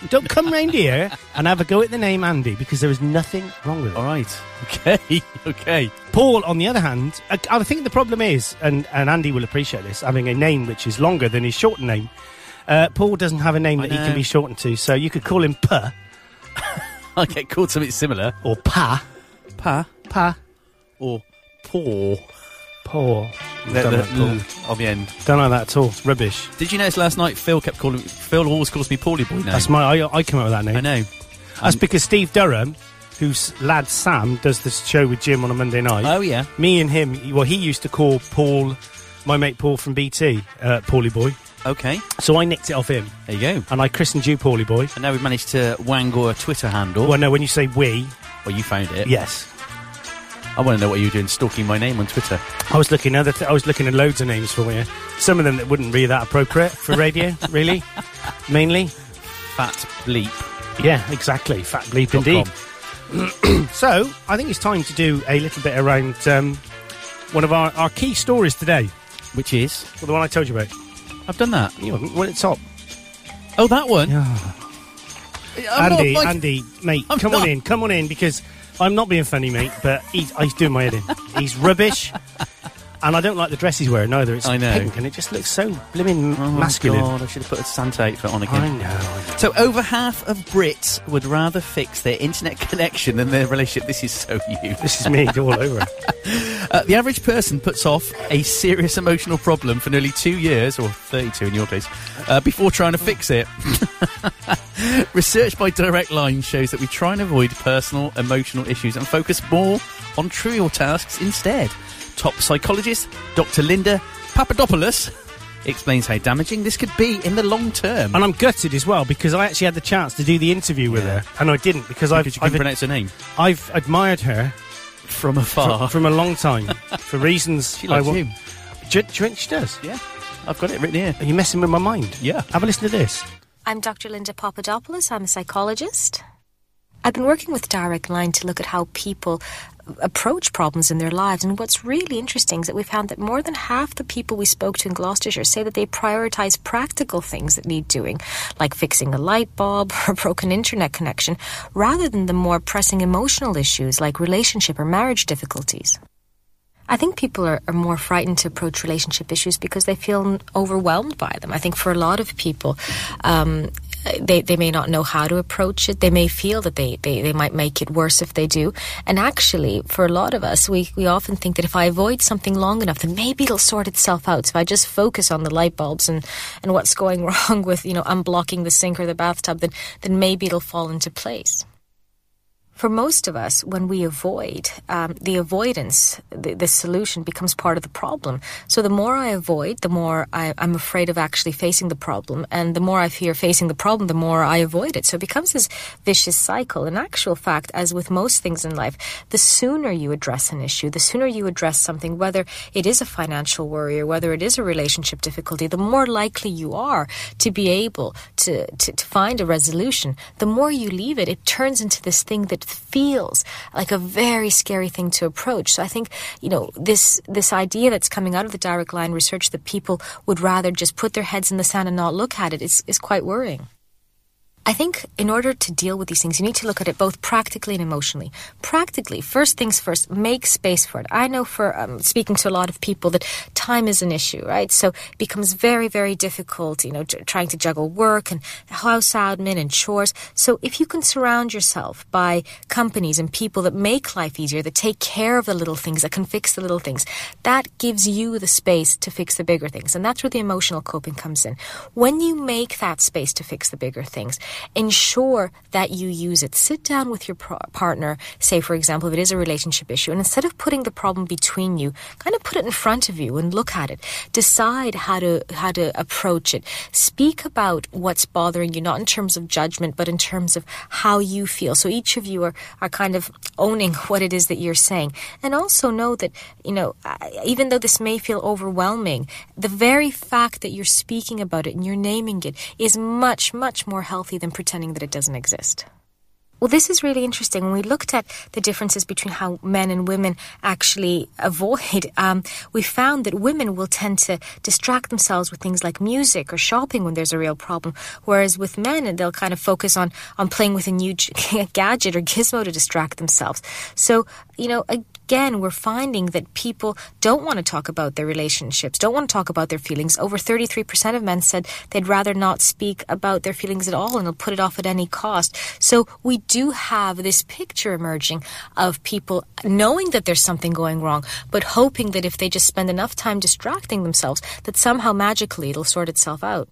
Don't come round here and have a go at the name Andy because there is nothing wrong with it. All right. Okay. <laughs> okay. Paul, on the other hand, I, I think the problem is, and, and Andy will appreciate this, having a name which is longer than his shortened name. Uh, Paul doesn't have a name that he can know. be shortened to, so you could call him Puh I get called something similar. or Pa. Pa Pa. or paw. Paul. The, Don't the like Paul. l on the end. Don't like that at all. It's rubbish. Did you notice last night? Phil kept calling. Phil always calls me Paulie Boy now. That's my. I, I came up with that name. I know. That's because Steve Durham, whose lad Sam does this show with Jim on a Monday night. Oh yeah. Me and him, well, he used to call Paul, my mate Paul from BT, uh, Paulie Boy. Okay. So I nicked it off him, There you go. and I christened you Paulie Boy. And now we've managed to wangle a Twitter handle. Well, no, when you say we, Well, you found it. yes. I want to know what you were doing stalking my name on Twitter. I was looking other. Th- I was looking at loads of names for you. Some of them that wouldn't be that appropriate for radio, <laughs> really. Mainly, Fat bleep. yeah, exactly. Fat bleep dot indeed. com. So I think it's time to do a little bit around um, one of our, our key stories today. Which is? Well, the one I told you about. I've done that. You haven't. Well, it's top. Oh, that one. I'm Andy, not- my- Andy, mate, I'm come on not- in, come on in, because I'm not being funny, mate, but he's, he's doing my head in. <laughs> He's rubbish, and I don't like the dress he's wearing either. It's I know. pink, and it just looks so blimmin' Oh, masculine. God, I should have put a Santa outfit on I again. know. I know. So over half of Brits would rather fix their internet <laughs> connection than their relationship. This is so you. This is me all over. <laughs> Uh, the average person puts off a serious emotional problem for nearly two years, or 32 in your case, uh, before trying to fix it. <laughs> Research by Direct Line shows that we try and avoid personal emotional issues and focus more on trivial tasks instead. Top psychologist Dr. Linda Papadopoulos explains how damaging this could be in the long term. And I'm gutted as well because I actually had the chance to do the interview with her, and I didn't because I've because you can I've, ad- pronounce her name I've admired her from fr- afar. from a <laughs> long time for reasons she likes I wa- you. Do you- do you think she does? Yeah, I've got it written here. Are you messing with my mind? Yeah. Have a listen to this. I'm Dr. Linda Papadopoulos. I'm a psychologist. I've been working with Direct Line to look at how people approach problems in their lives. And what's really interesting is that we found that more than half the people we spoke to in Gloucestershire say that they prioritize practical things that need doing, like fixing a light bulb <laughs> or a broken internet connection, rather than the more pressing emotional issues like relationship or marriage difficulties. I think people are, are more frightened to approach relationship issues because they feel overwhelmed by them. I think for a lot of people, um, they, they may not know how to approach it. They may feel that they, they, they might make it worse if they do. And actually, for a lot of us, we, we often think that if I avoid something long enough, then maybe it'll sort itself out. So if I just focus on the light bulbs and, and what's <laughs> going wrong with, you know, unblocking the sink or the bathtub, then, then maybe it'll fall into place. for most of us, when we avoid, um, the avoidance, the, the solution becomes part of the problem. So the more I avoid, the more I, I'm afraid of actually facing the problem. And the more I fear facing the problem, the more I avoid it. So it becomes this vicious cycle. In actual fact, as with most things in life, the sooner you address an issue, the sooner you address something, whether it is a financial worry or whether it is a relationship difficulty, the more likely you are to be able to, to, to find a resolution. The more you leave it, it turns into this thing that feels like a very scary thing to approach. So I think, you know, this, this idea that's coming out of the direct line research that people would rather just put their heads in the sand and not look at it is, is quite worrying. I think in order to deal with these things, you need to look at it both practically and emotionally. Practically, first things first, make space for it. I know for um, speaking to a lot of people that time is an issue, right? So it becomes very, very difficult, you know, j- trying to juggle work and house admin and chores. So if you can surround yourself by companies and people that make life easier, that take care of the little things, that can fix the little things, that gives you the space to fix the bigger things. And that's where the emotional coping comes in. When you make that space to fix the bigger things, ensure that you use it. Sit down with your pro- partner, say, for example, if it is a relationship issue, and instead of putting the problem between you, kind of put it in front of you and look at it. Decide how to, how to approach it. Speak about what's bothering you, not in terms of judgment, but in terms of how you feel. So each of you are, are kind of owning <laughs> what it is that you're saying. And also know that, you know, I- even though this may feel overwhelming, the very fact that you're speaking about it and you're naming it is much, much more healthy than pretending that it doesn't exist. Well, this is really interesting. When we looked at the differences between how men and women actually avoid, um, we found that women will tend to distract themselves with things like music or shopping when there's a real problem, whereas with men, they'll kind of focus on, on playing with a new g- <laughs> gadget or gizmo to distract themselves. So, you know, again, we're finding that people don't want to talk about their relationships, don't want to talk about their feelings. Over 33% of men said they'd rather not speak about their feelings at all and they'll put it off at any cost. So we do have this picture emerging of people knowing that there's something going wrong, but hoping that if they just spend enough time distracting themselves, that somehow magically it'll sort itself out.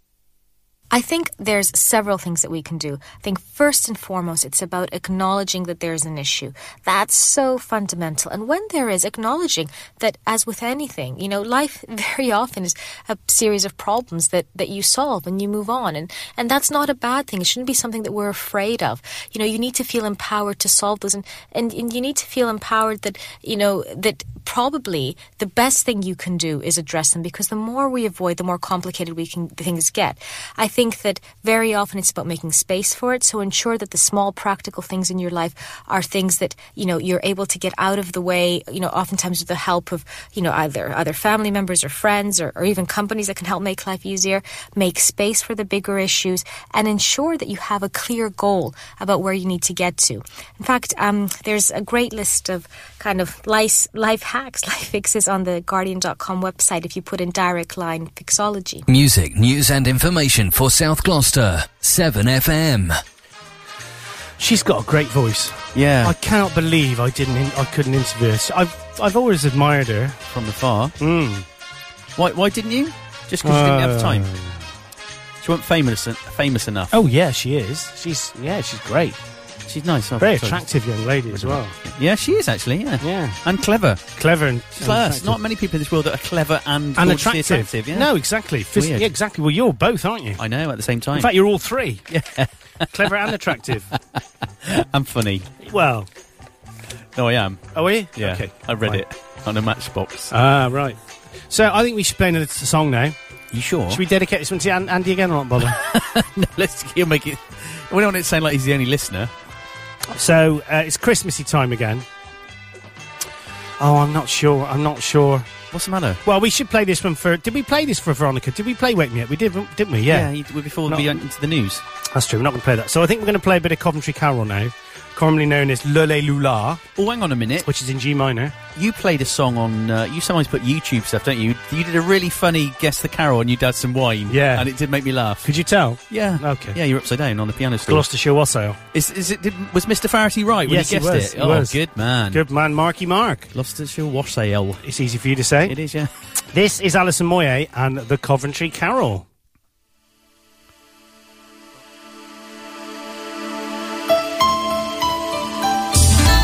I think there's several things that we can do. I think first and foremost, it's about acknowledging that there's an issue. That's so fundamental. And when there is, acknowledging that, as with anything, you know, life <laughs> very often is a series of problems that, that you solve and you move on. And, and that's not a bad thing. It shouldn't be something that we're afraid of. You know, you need to feel empowered to solve those. And, and, and you need to feel empowered that, you know, that probably the best thing you can do is address them because the more we avoid, the more complicated we can things get. I think that very often it's about making space for it. So ensure that the small practical things in your life are things that you know you're able to get out of the way. You know, oftentimes with the help of you know either other family members or friends or, or even companies that can help make life easier. Make space for the bigger issues and ensure that you have a clear goal about where you need to get to. In fact, um, there's a great list of kind of life, life hacks, <laughs> life fixes on the Guardian.com website if you put in direct line fixology. Music, news, and information for South Gloucester. 7FM. She's got a great voice. Yeah. I cannot believe I didn't. In- I couldn't interview her. So I've I've always admired her from afar. Mm. Why, why didn't you? Just because you didn't have time. Uh. She wasn't famous, en- famous enough. Oh yeah, she is. She's yeah, she's great. She's nice. I've Very told you. attractive young lady as well. Yeah, she is actually. Yeah, yeah, and clever, clever, and She's like us. Not many people in this world that are clever and Oh, and gorgeously attractive. yeah. No, exactly. Phys- Weird. yeah, exactly. Well, you're both, aren't you? I know. At the same time, In fact, you're <laughs> all three. Yeah, clever and attractive. I'm funny. Well, No, I am. Are we? Yeah. Okay. I read Fine. it on a matchbox. ah, right. So I think we should play another s- song now. You sure? Should we dedicate this one to An- Andy again or not bother? <laughs> no, let's he'll make it. We don't want it to sound like he's the only listener. so uh, it's Christmassy time again. Oh, I'm not sure. I'm not sure. What's the matter? Well, we should play this one for. Did we play this for Veronica? Did we play Wake Me Up? We did, didn't we? Yeah. he- we- before Not- we went into the news. That's true. We're not going to play that. So I think we're going to play a bit of Coventry Carol now, commonly known as Lule Lula. Oh, hang on a minute. Which is in G minor. You played a song on. Uh, you sometimes put YouTube stuff, don't you? You did a really funny guess the carol, and you did some wine. Yeah. and it did make me laugh. Could you tell? Yeah. Okay. Yeah, you're upside down on the piano stool. Gloucestershire Wassail. Is, is it? Did, was Mr. Farity right when yes, he guessed was. it? he oh, was. good man. Good man, Marky Mark. Gloucestershire Wassail. It's easy for you to say. It is, yeah. This is Alison Moyet and the Coventry Carol. Thank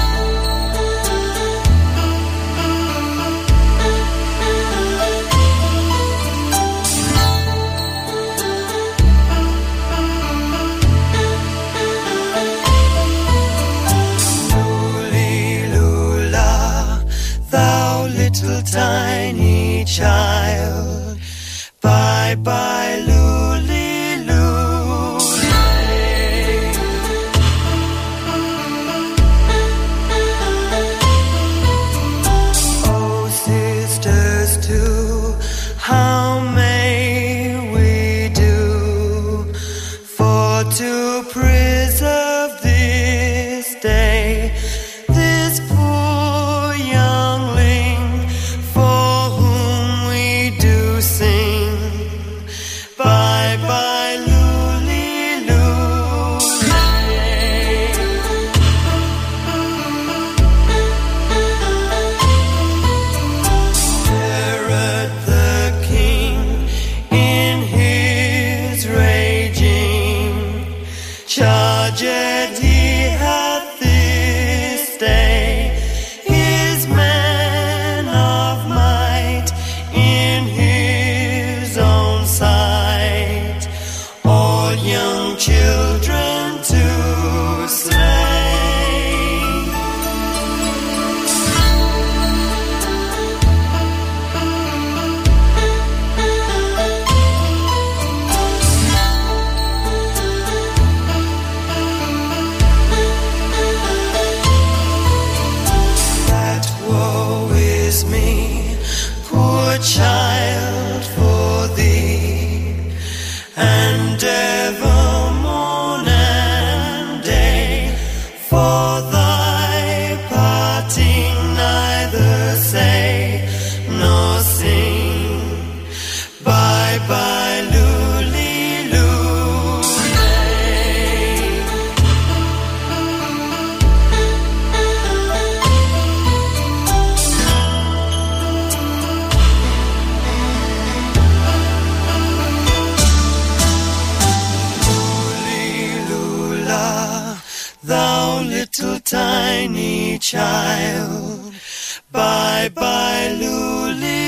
tragedy of this day is man of might in his own sight. All young children to That woe is me, poor child, for thee, and ever morn and day, for thy parting neither say nor sing. Bye bye, Lulie, Lulie. Lula, thou little tiny child. Bye bye, Luli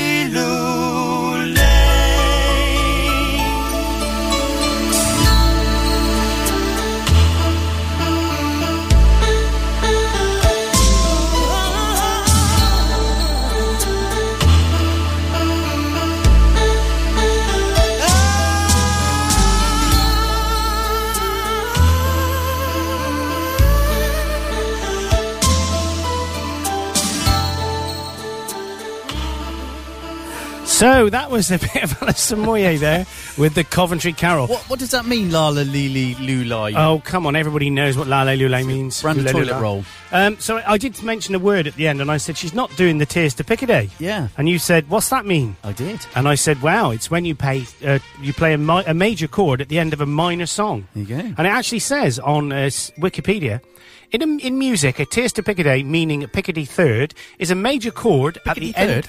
So that was a <laughs> bit of Alison Moyer there with the Coventry Carol. What, what does that mean, la la li li lulai? Oh, come on. Everybody knows what Lale Lule means. Brand Lule toilet Lula. roll. Um, so I did mention a word at the end, and I said, she's not doing the Tears to Piccadilly. Yeah. And you said, what's that mean? I did. And I said, wow, it's when you, pay, uh, you play a, mi- a major chord at the end of a minor song. There you go. And it actually says on uh, s- Wikipedia, in, a, in music, a Tears to Piccadilly, meaning Piccadilly third, is a major chord at the third? end.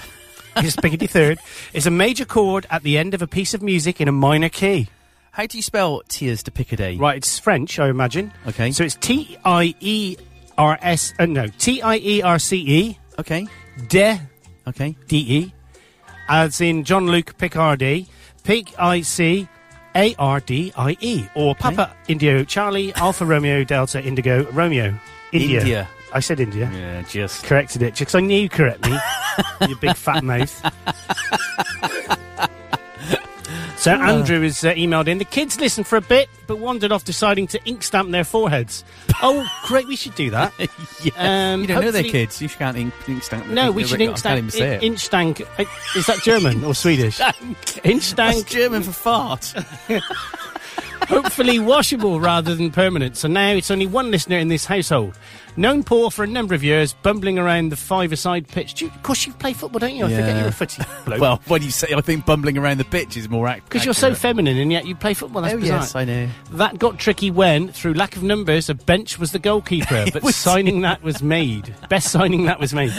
Yes, Piccadilly third is a major chord at the end of a piece of music in a minor key. How do you spell tears to Piccadilly? Right, it's French, I imagine. Okay. So it's T I E R S. Uh, no, T I E R C E. Okay. De. Okay. D E. As in John Luke Picardi. P I C A R D I E. Or Papa Indio Charlie Alpha Romeo Delta Indigo Romeo. India. India. I said India. Yeah, just. Corrected it because I knew you correct <laughs> me. you big fat mouth. So Ah. Andrew has uh, emailed in. The kids listened for a bit, but wandered off deciding to ink stamp <laughs> their foreheads. oh, great! We should do that. yeah. Um, you don't know their hopefully- kids. You can't ink, ink stamp. No, we should ink I can't even stamp. say it. Inch stank. uh, Is that German or Swedish? Inch stank. German for fart. <laughs> Hopefully washable rather than permanent. So now it's only one listener in this household. Known poor for a number of years, bumbling around the five-a-side pitch. Do you, of course, you play football, don't you? I forget you're <laughs> a footy bloke. well, when you say, I think bumbling around the pitch is more accurate. Because you're so feminine and yet you play football. That's Oh, bizarre. yes, I know. That got tricky when, through lack of numbers, a bench was <laughs> the goalkeeper, but signing that was made. Best signing that was made.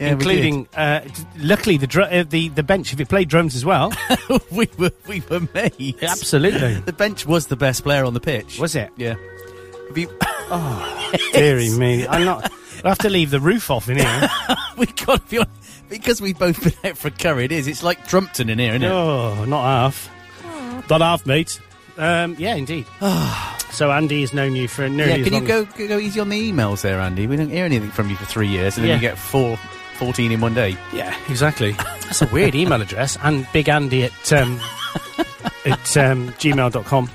we Including, uh, d- luckily, the, dr- uh, the the bench, if it played drums as well. we were we were made. Absolutely. the bench was the best player on the pitch. Was it? Yeah. Have you- oh, dearie me. I'm not. I have to leave the roof off in here. we <laughs> got to be on because we've both been out for a curry. It is. It's like Drumpton in here, isn't it? Oh, not half. Not half, mate. Um, <sighs> yeah, indeed. so Andy has known you for nearly yeah. as Can you long as- go go go easy on the emails there, Andy? We don't hear anything from you for three years, and then Yeah. you get four. 14 in one day. Yeah, exactly. That's a weird email address. And Big Andy at <laughs> um, at um, gmail.com.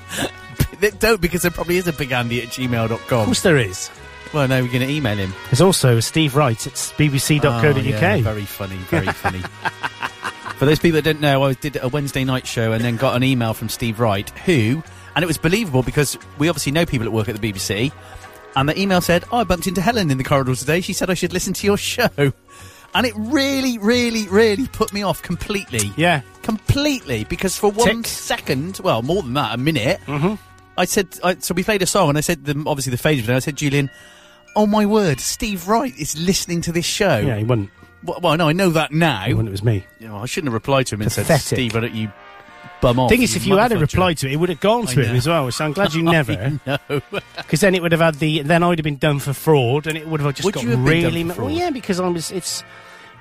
Don't, because there <laughs> probably is a big Andy at gmail.com. Of course there is. Well, no, we're going to email him. There's also Steve Wright at bbc.co.uk. Oh, yeah, very funny, very funny. For those people that don't know, I did a Wednesday night show and then got an email from Steve Wright, who, and it was believable because we obviously know people that work at the BBC, and the email said, oh, I bumped into Helen in the corridor today. She said I should listen to your show. And it really, really, really put me off completely. Yeah. Completely. Because for one second, well, more than that, a minute, I said, I, so we played a song and I said, the, obviously the phase of it, and I said, Julian, oh my word, Steve Wright is listening to this show. Yeah, he wouldn't. Well, well, no, I know that now. When it was me. You know, I shouldn't have replied to him and said, Pathetic. Steve, why don't you bum off. Thing is, if you had a reply to it, it would have gone Oh, I to him know. as well. So I'm glad you <laughs> I never, know. because then it would have had the. Then I'd have been done for fraud, and it would have just Would got you have been done really. for ma- well, fraud? yeah, because I was. It's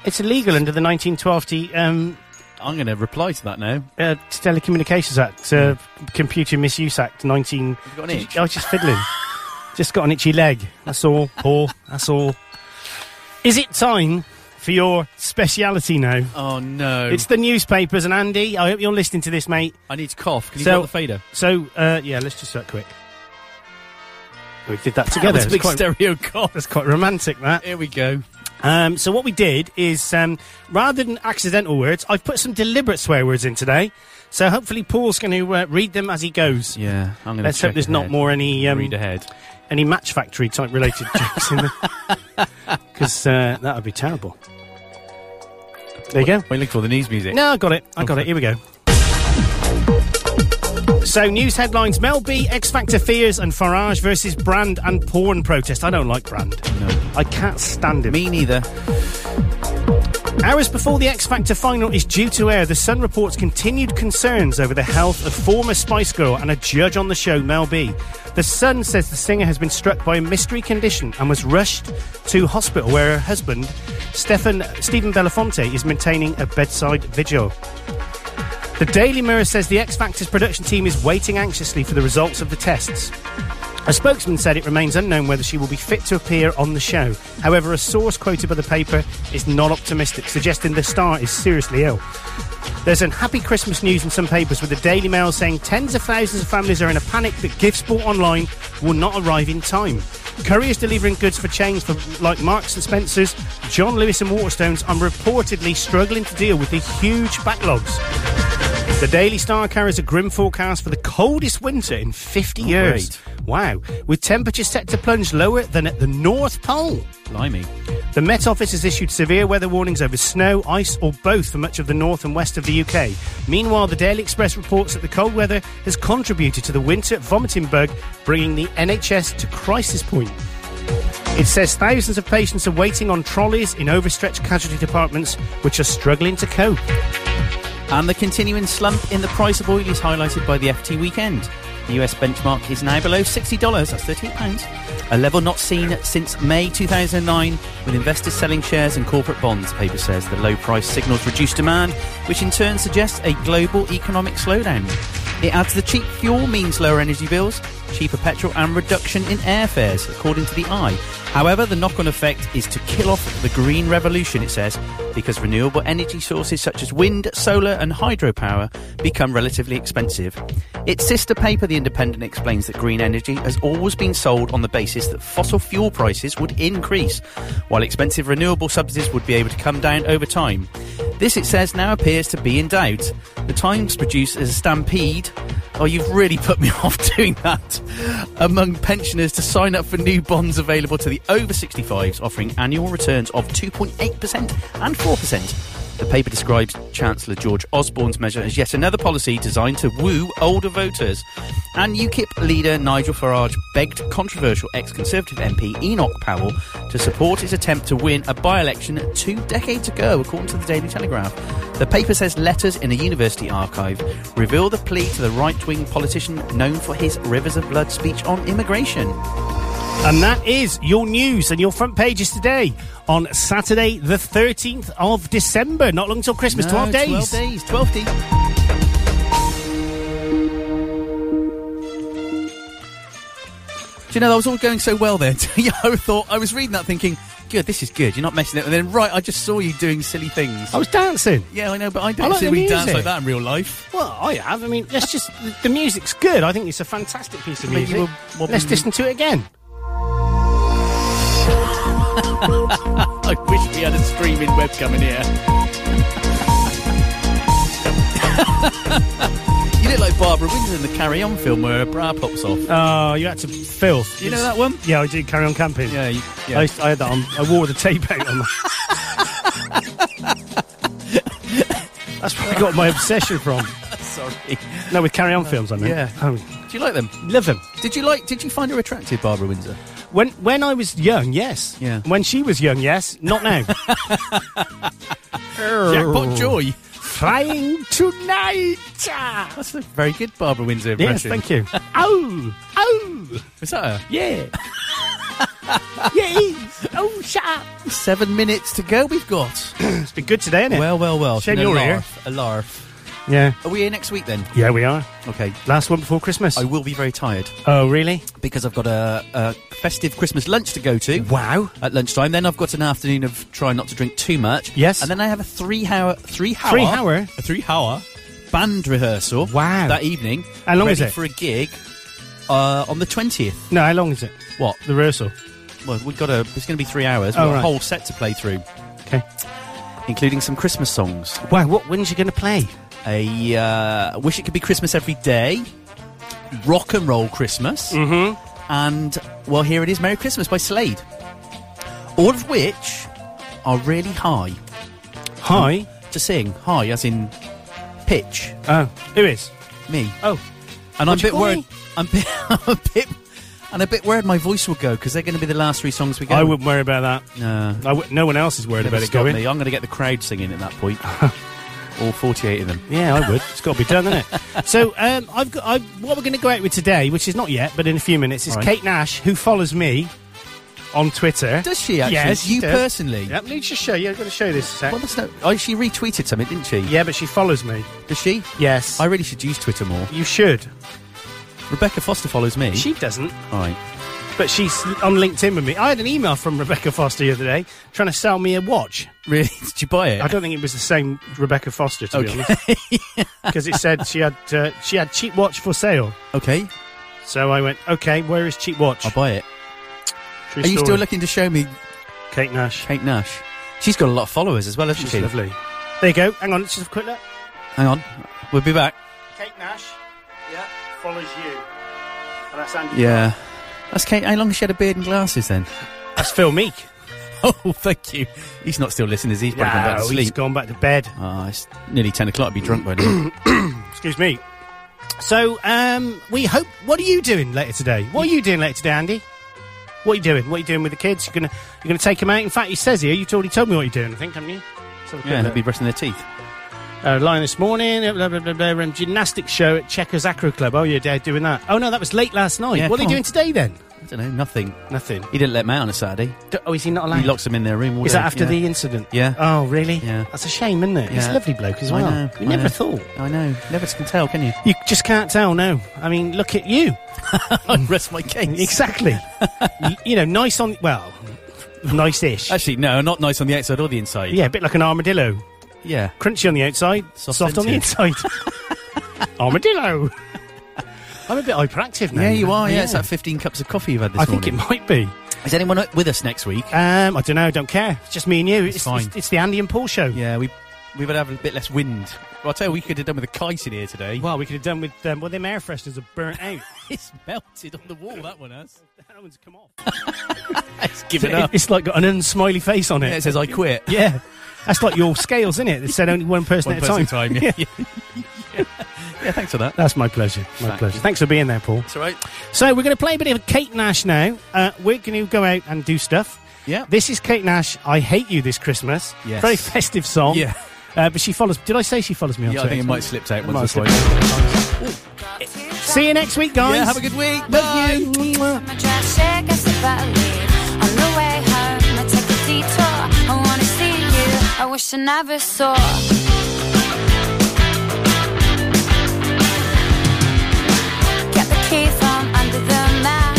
it's illegal under the 1912 t- um, I'm going to reply to that now. uh, Telecommunications Act, uh, Computer Misuse Act, 19. Hmm. got an itch? I was just <laughs> fiddling. just got an itchy leg. That's all, Paul. That's all. Is it time for your speciality now? Oh no! It's the newspapers, and Andy, I hope you're listening to this, mate. I need to cough. Can you So- so, the fader? So, uh, yeah, let's just do that quick. We did that together. was a big It's stereo cough. That's quite romantic, that. Here we go. Um, so what we did is, um, rather than accidental words, I've put some deliberate swear words in today. So hopefully Paul's going to uh, read them as he goes. Yeah, I'm going to. Let's hope there's not more any um, Read ahead. any Match Factory type related jokes in there, <laughs> <laughs> because uh, that would be terrible. There you go. Wait, look for the news music. No, I got it. I got it. Here we go. So, news headlines Mel B, X Factor fears, and Farage versus brand and porn protest. I don't like brand. No. I can't stand him. Me neither. Hours before the X Factor final is due to air, The Sun reports continued concerns over the health of former Spice Girl and a judge on the show, Mel B. The Sun says the singer has been struck by a mystery condition and was rushed to hospital where her husband, Stefan, Stephen Belafonte, is maintaining a bedside vigil. The Daily Mirror says the X Factor's production team is waiting anxiously for the results of the tests. A spokesman said it remains unknown whether she will be fit to appear on the show. However, a source quoted by the paper is not optimistic, suggesting the star is seriously ill. There's unhappy Christmas news in some papers, with the Daily Mail saying tens of thousands of families are in a panic that gifts bought online will not arrive in time. Couriers delivering goods for chains for, like Marks and Spencers, John Lewis and Waterstones are reportedly struggling to deal with the huge backlogs. The Daily Star carries a grim forecast for the coldest winter in 50 Oh, years. Wow. With temperatures set to plunge lower than at the North Pole. Blimey. The Met Office has issued severe weather warnings over snow, ice, or both for much of the north and west of the UK. Meanwhile, the Daily Express reports that the cold weather has contributed to the winter vomiting bug, bringing the NHS to crisis point. It says thousands of patients are waiting on trolleys in overstretched casualty departments, which are struggling to cope. And the continuing slump in the price of oil is highlighted by the FT weekend. The US benchmark is now below $60, that's £38, a level not seen since May 2009, with investors selling shares and corporate bonds, the paper says. The low price signals reduced demand, which in turn suggests a global economic slowdown. It adds the cheap fuel means lower energy bills, cheaper petrol, and reduction in airfares, according to the Eye. However, the knock on effect is to kill off the green revolution, it says, because renewable energy sources such as wind, solar, and hydropower become relatively expensive. Its sister paper, The Independent, explains that green energy has always been sold on the basis that fossil fuel prices would increase, while expensive renewable subsidies would be able to come down over time. This, it says, now appears to be in doubt. The Times produced as a stampede. Oh, you've really put me <laughs> off doing that. Among pensioners to sign up for new bonds available to the over 65s, offering annual returns of 2.8% and 4%. The paper describes Chancellor George Osborne's measure as yet another policy designed to woo older voters. And UKIP leader Nigel Farage begged controversial ex Conservative MP Enoch Powell to support his attempt to win a by election two decades ago, according to the Daily Telegraph. The paper says letters in a university archive reveal the plea to the right wing politician known for his Rivers of Blood speech on immigration. And that is your news and your front pages today on Saturday, the 13th of December. Not long till Christmas, No, 12 days. 12 days, 12 days. Do you know that was all going so well there? <laughs> Yeah, I thought I was reading that thinking, good, this is good. You're not messing it. And then right, I just saw you doing silly things. I was dancing. Yeah, I know, but I I don't like see the we dance music. like that in real life. <laughs> Well, I have. I mean, let's just. the- The music's good. I think it's a fantastic piece of Maybe music. we'll- we'll let's be- listen to it again. I wish we had a streaming webcam in here. <laughs> you look like Barbara Windsor in the Carry On film where her bra pops off. Oh, you had to filth. You know that one? Yeah, I did. Carry on camping. Yeah, you- yeah. I, used- I had that on. I wore the tape out <laughs> on. that. That's where I got my obsession from. Sorry. No, with carry on films. I mean, Yeah. Do you like them? love them. Did you like? Did you find her attractive, Barbara Windsor? When when I was young, yes. Yeah. When she was young, yes. Not now. <laughs> Jackpot joy. trying tonight. Ah, That's a very good Barbara Windsor Yes, impression. <laughs> thank you. <laughs> oh, oh. Is that her? <laughs> Yeah. yes. Oh, shut up. Seven minutes to go we've got. <coughs> it's been good today, hasn't it? Well, well, well. Shame It's been you're a here. larf, A larf. Yeah. Are we here next week then? Yeah, we are. Okay. Last one before Christmas. I will be very tired. Oh, really? Because I've got a, a festive Christmas lunch to go to. Wow. At lunchtime. Then I've got an afternoon of trying not to drink too much. Yes. And then I have a three hour. Three hour? Three hour? A three hour band rehearsal. Wow. That evening. How long ready is it? for a gig uh, on the 20th. No, how long is it? What? The rehearsal. Well, we've got a. It's going to be three hours. We've Oh, got a right. whole set to play through. Okay. Including some Christmas songs. Wow, what when's you going to play? A uh, wish it could be Christmas every day. Rock and roll Christmas. Mm-hmm. And well, here it is, Merry Christmas by Slade. All of which are really high. High to sing. High as in pitch. Oh, who is me? Oh, and I'm a What'd you bit call worried. me? I'm, bit, <laughs> I'm a bit. And a bit worried my voice will go because they're going to be the last three songs we go. I wouldn't worry about that. No. I w- no one else is worried Never about it stop going. me. I'm going to get the crowd singing at that <laughs> point. All 48 of them. Yeah, I would. It's got to be <laughs> done, isn't it? So, um, I've got I've, what we're going to go out with today, which is not yet, but in a few minutes, is All right. Kate Nash, who follows me on Twitter. Does she actually? Yes, you she does. personally? Yep, let me just show you. I'm going to show you this. a sec. Well, that's no, oh, she retweeted something, didn't she? Yeah, but she follows me. Does she? Yes. I really should use Twitter more. You should. Rebecca Foster follows me. She doesn't, All right. but she's on LinkedIn with me. I had an email from Rebecca Foster the other day trying to sell me a watch. Really? <laughs> Did you buy it? I don't think it was the same Rebecca Foster, to Okay. be honest, <laughs> because it said she had uh, she had cheap watch for sale. Okay. So I went, okay, where is cheap watch? I'll buy it. True Are you story. still looking to show me Kate Nash? Kate Nash? She's got a lot of followers as well, hasn't She's she? lovely. There you go. Hang on, let's just have a quick look. Hang on. We'll be back. Kate Nash. Yeah. Follows you. And that's Andy. Yeah. That's Kate. How long has she had a beard and glasses then? That's Phil Meek. <laughs> Oh, thank you. He's not still listening, is he? He's probably gone back to No, he's sleep. gone back to bed. Ah, it's nearly 10 o'clock. I'd be drunk by <coughs> now. Excuse me. So, um, we hope. What are you doing later today? What are you doing later today, Andy? What are you doing? What are you doing with the kids? You're gonna you're gonna take them out. In fact, he says here you've already told me what you're doing. I think, haven't you? Let's have a quick yeah, they'll look. be brushing their teeth. uh, line this morning. uh, Blah blah blah blah. um, Gymnastics show at Checkers Acro Club. Oh, your dad doing that? Oh no, that was late last night. Yeah, what are you come doing today then? I don't know. Nothing. Nothing. He didn't let them out on a Saturday. D- Oh, is he not allowed? He locks them in their room. all is day. that after Yeah. the incident? Yeah. Oh, really? Yeah. That's a shame, isn't it? He's a Yeah. lovely bloke as well. I know. you I never know. thought. I know. Never can tell, can you? You just can't tell. No. I mean, look at you. <laughs> I rest my case. Exactly. Y- you know, nice on. Well, nice-ish. Actually, no, not nice on the outside or the inside. Yeah, a bit like an armadillo. Yeah. Crunchy on the outside, soft, Soft on the inside. inside. <laughs> armadillo. I'm a bit hyperactive now. Yeah, you are. Yeah. it's that 15 cups of coffee you've had this I think morning. it might be. Is anyone o- with us next week? Um, I don't know. Don't care. It's just me and you. It's, fine. It's, it's the Andy and Paul show. Yeah, we <laughs> we would have a bit less wind. Well, I tell you, we could have done with a kite in here today. Well, we could have done with um, well, them air fresheners are burnt <laughs> out. it's melted on the wall. That one has. <laughs> that one's come off. <laughs> It's given up. It's like got an unsmiley face on it. Yeah, it says I quit. <laughs> Yeah. That's like your scales, isn't it? It said only one person One at person a time. time. Yeah. <laughs> yeah. Yeah, Thanks for that. That's my pleasure. My Thank pleasure. you. Thanks for being there, Paul. That's all right. So we're going to play a bit of Kate Nash now. Uh, we're going to go out and do stuff. Yeah. This is Kate Nash. I hate you this Christmas. Yes. Very festive song. Yeah. Uh, but she follows. Did I say she follows me on Yeah, I Twitter? think it might have slipped out It once or might have twice. See you next week, guys. Yeah, have a good week. Love you. Mwah. I'm trying to shake us if I leave. On the way home, I take a detour. I wanna see you. I wish I never saw. Get the key from under the mat.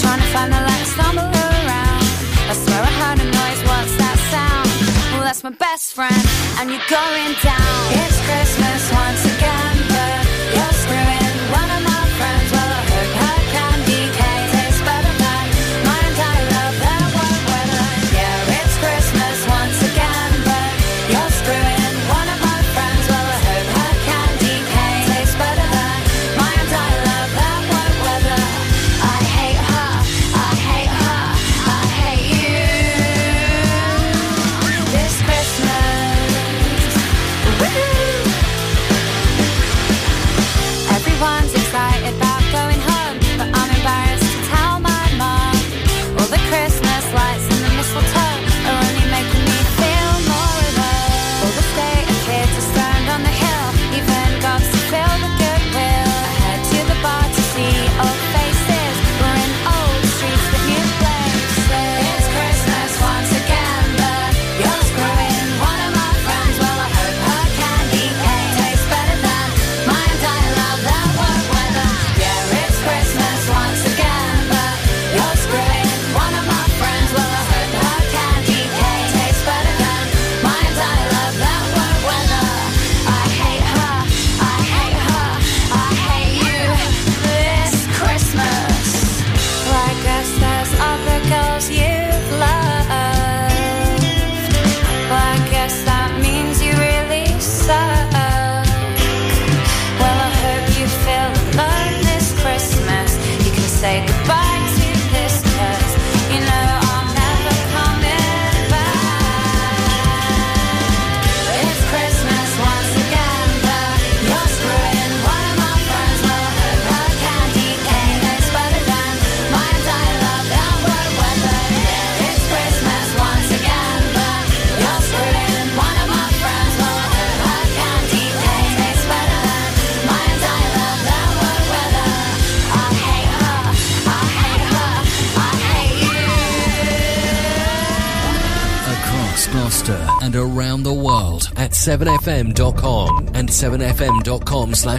Trying to find the light, stumble around. I swear I heard a noise. What's that sound? Well, that's my best friend, and you're going down. It's Christmas once again, but you're screwing one of my friends. Well, I hope her candy cane tastes better than mine. I love that warm weather. Yeah, it's Christmas once again, but you're screwing one of my friends. Well, I hope her candy cane tastes better than mine. I love that warm weather. I hate her. I hate her. I hate you. This Christmas. Woo! say goodbye to this 'cause you know I'm never coming back. It's Christmas once again, but you're screwing one of my friends. Well, her hard candy cane is better than mine. I love outward weather. It's Christmas once again, but you're screwing one of my friends. Well, her hard candy cane is better than mine. I love outward weather. I hate her. I hate her. I hate you. Across Gloucester and around the world at 7fm.com and 7fm.com slash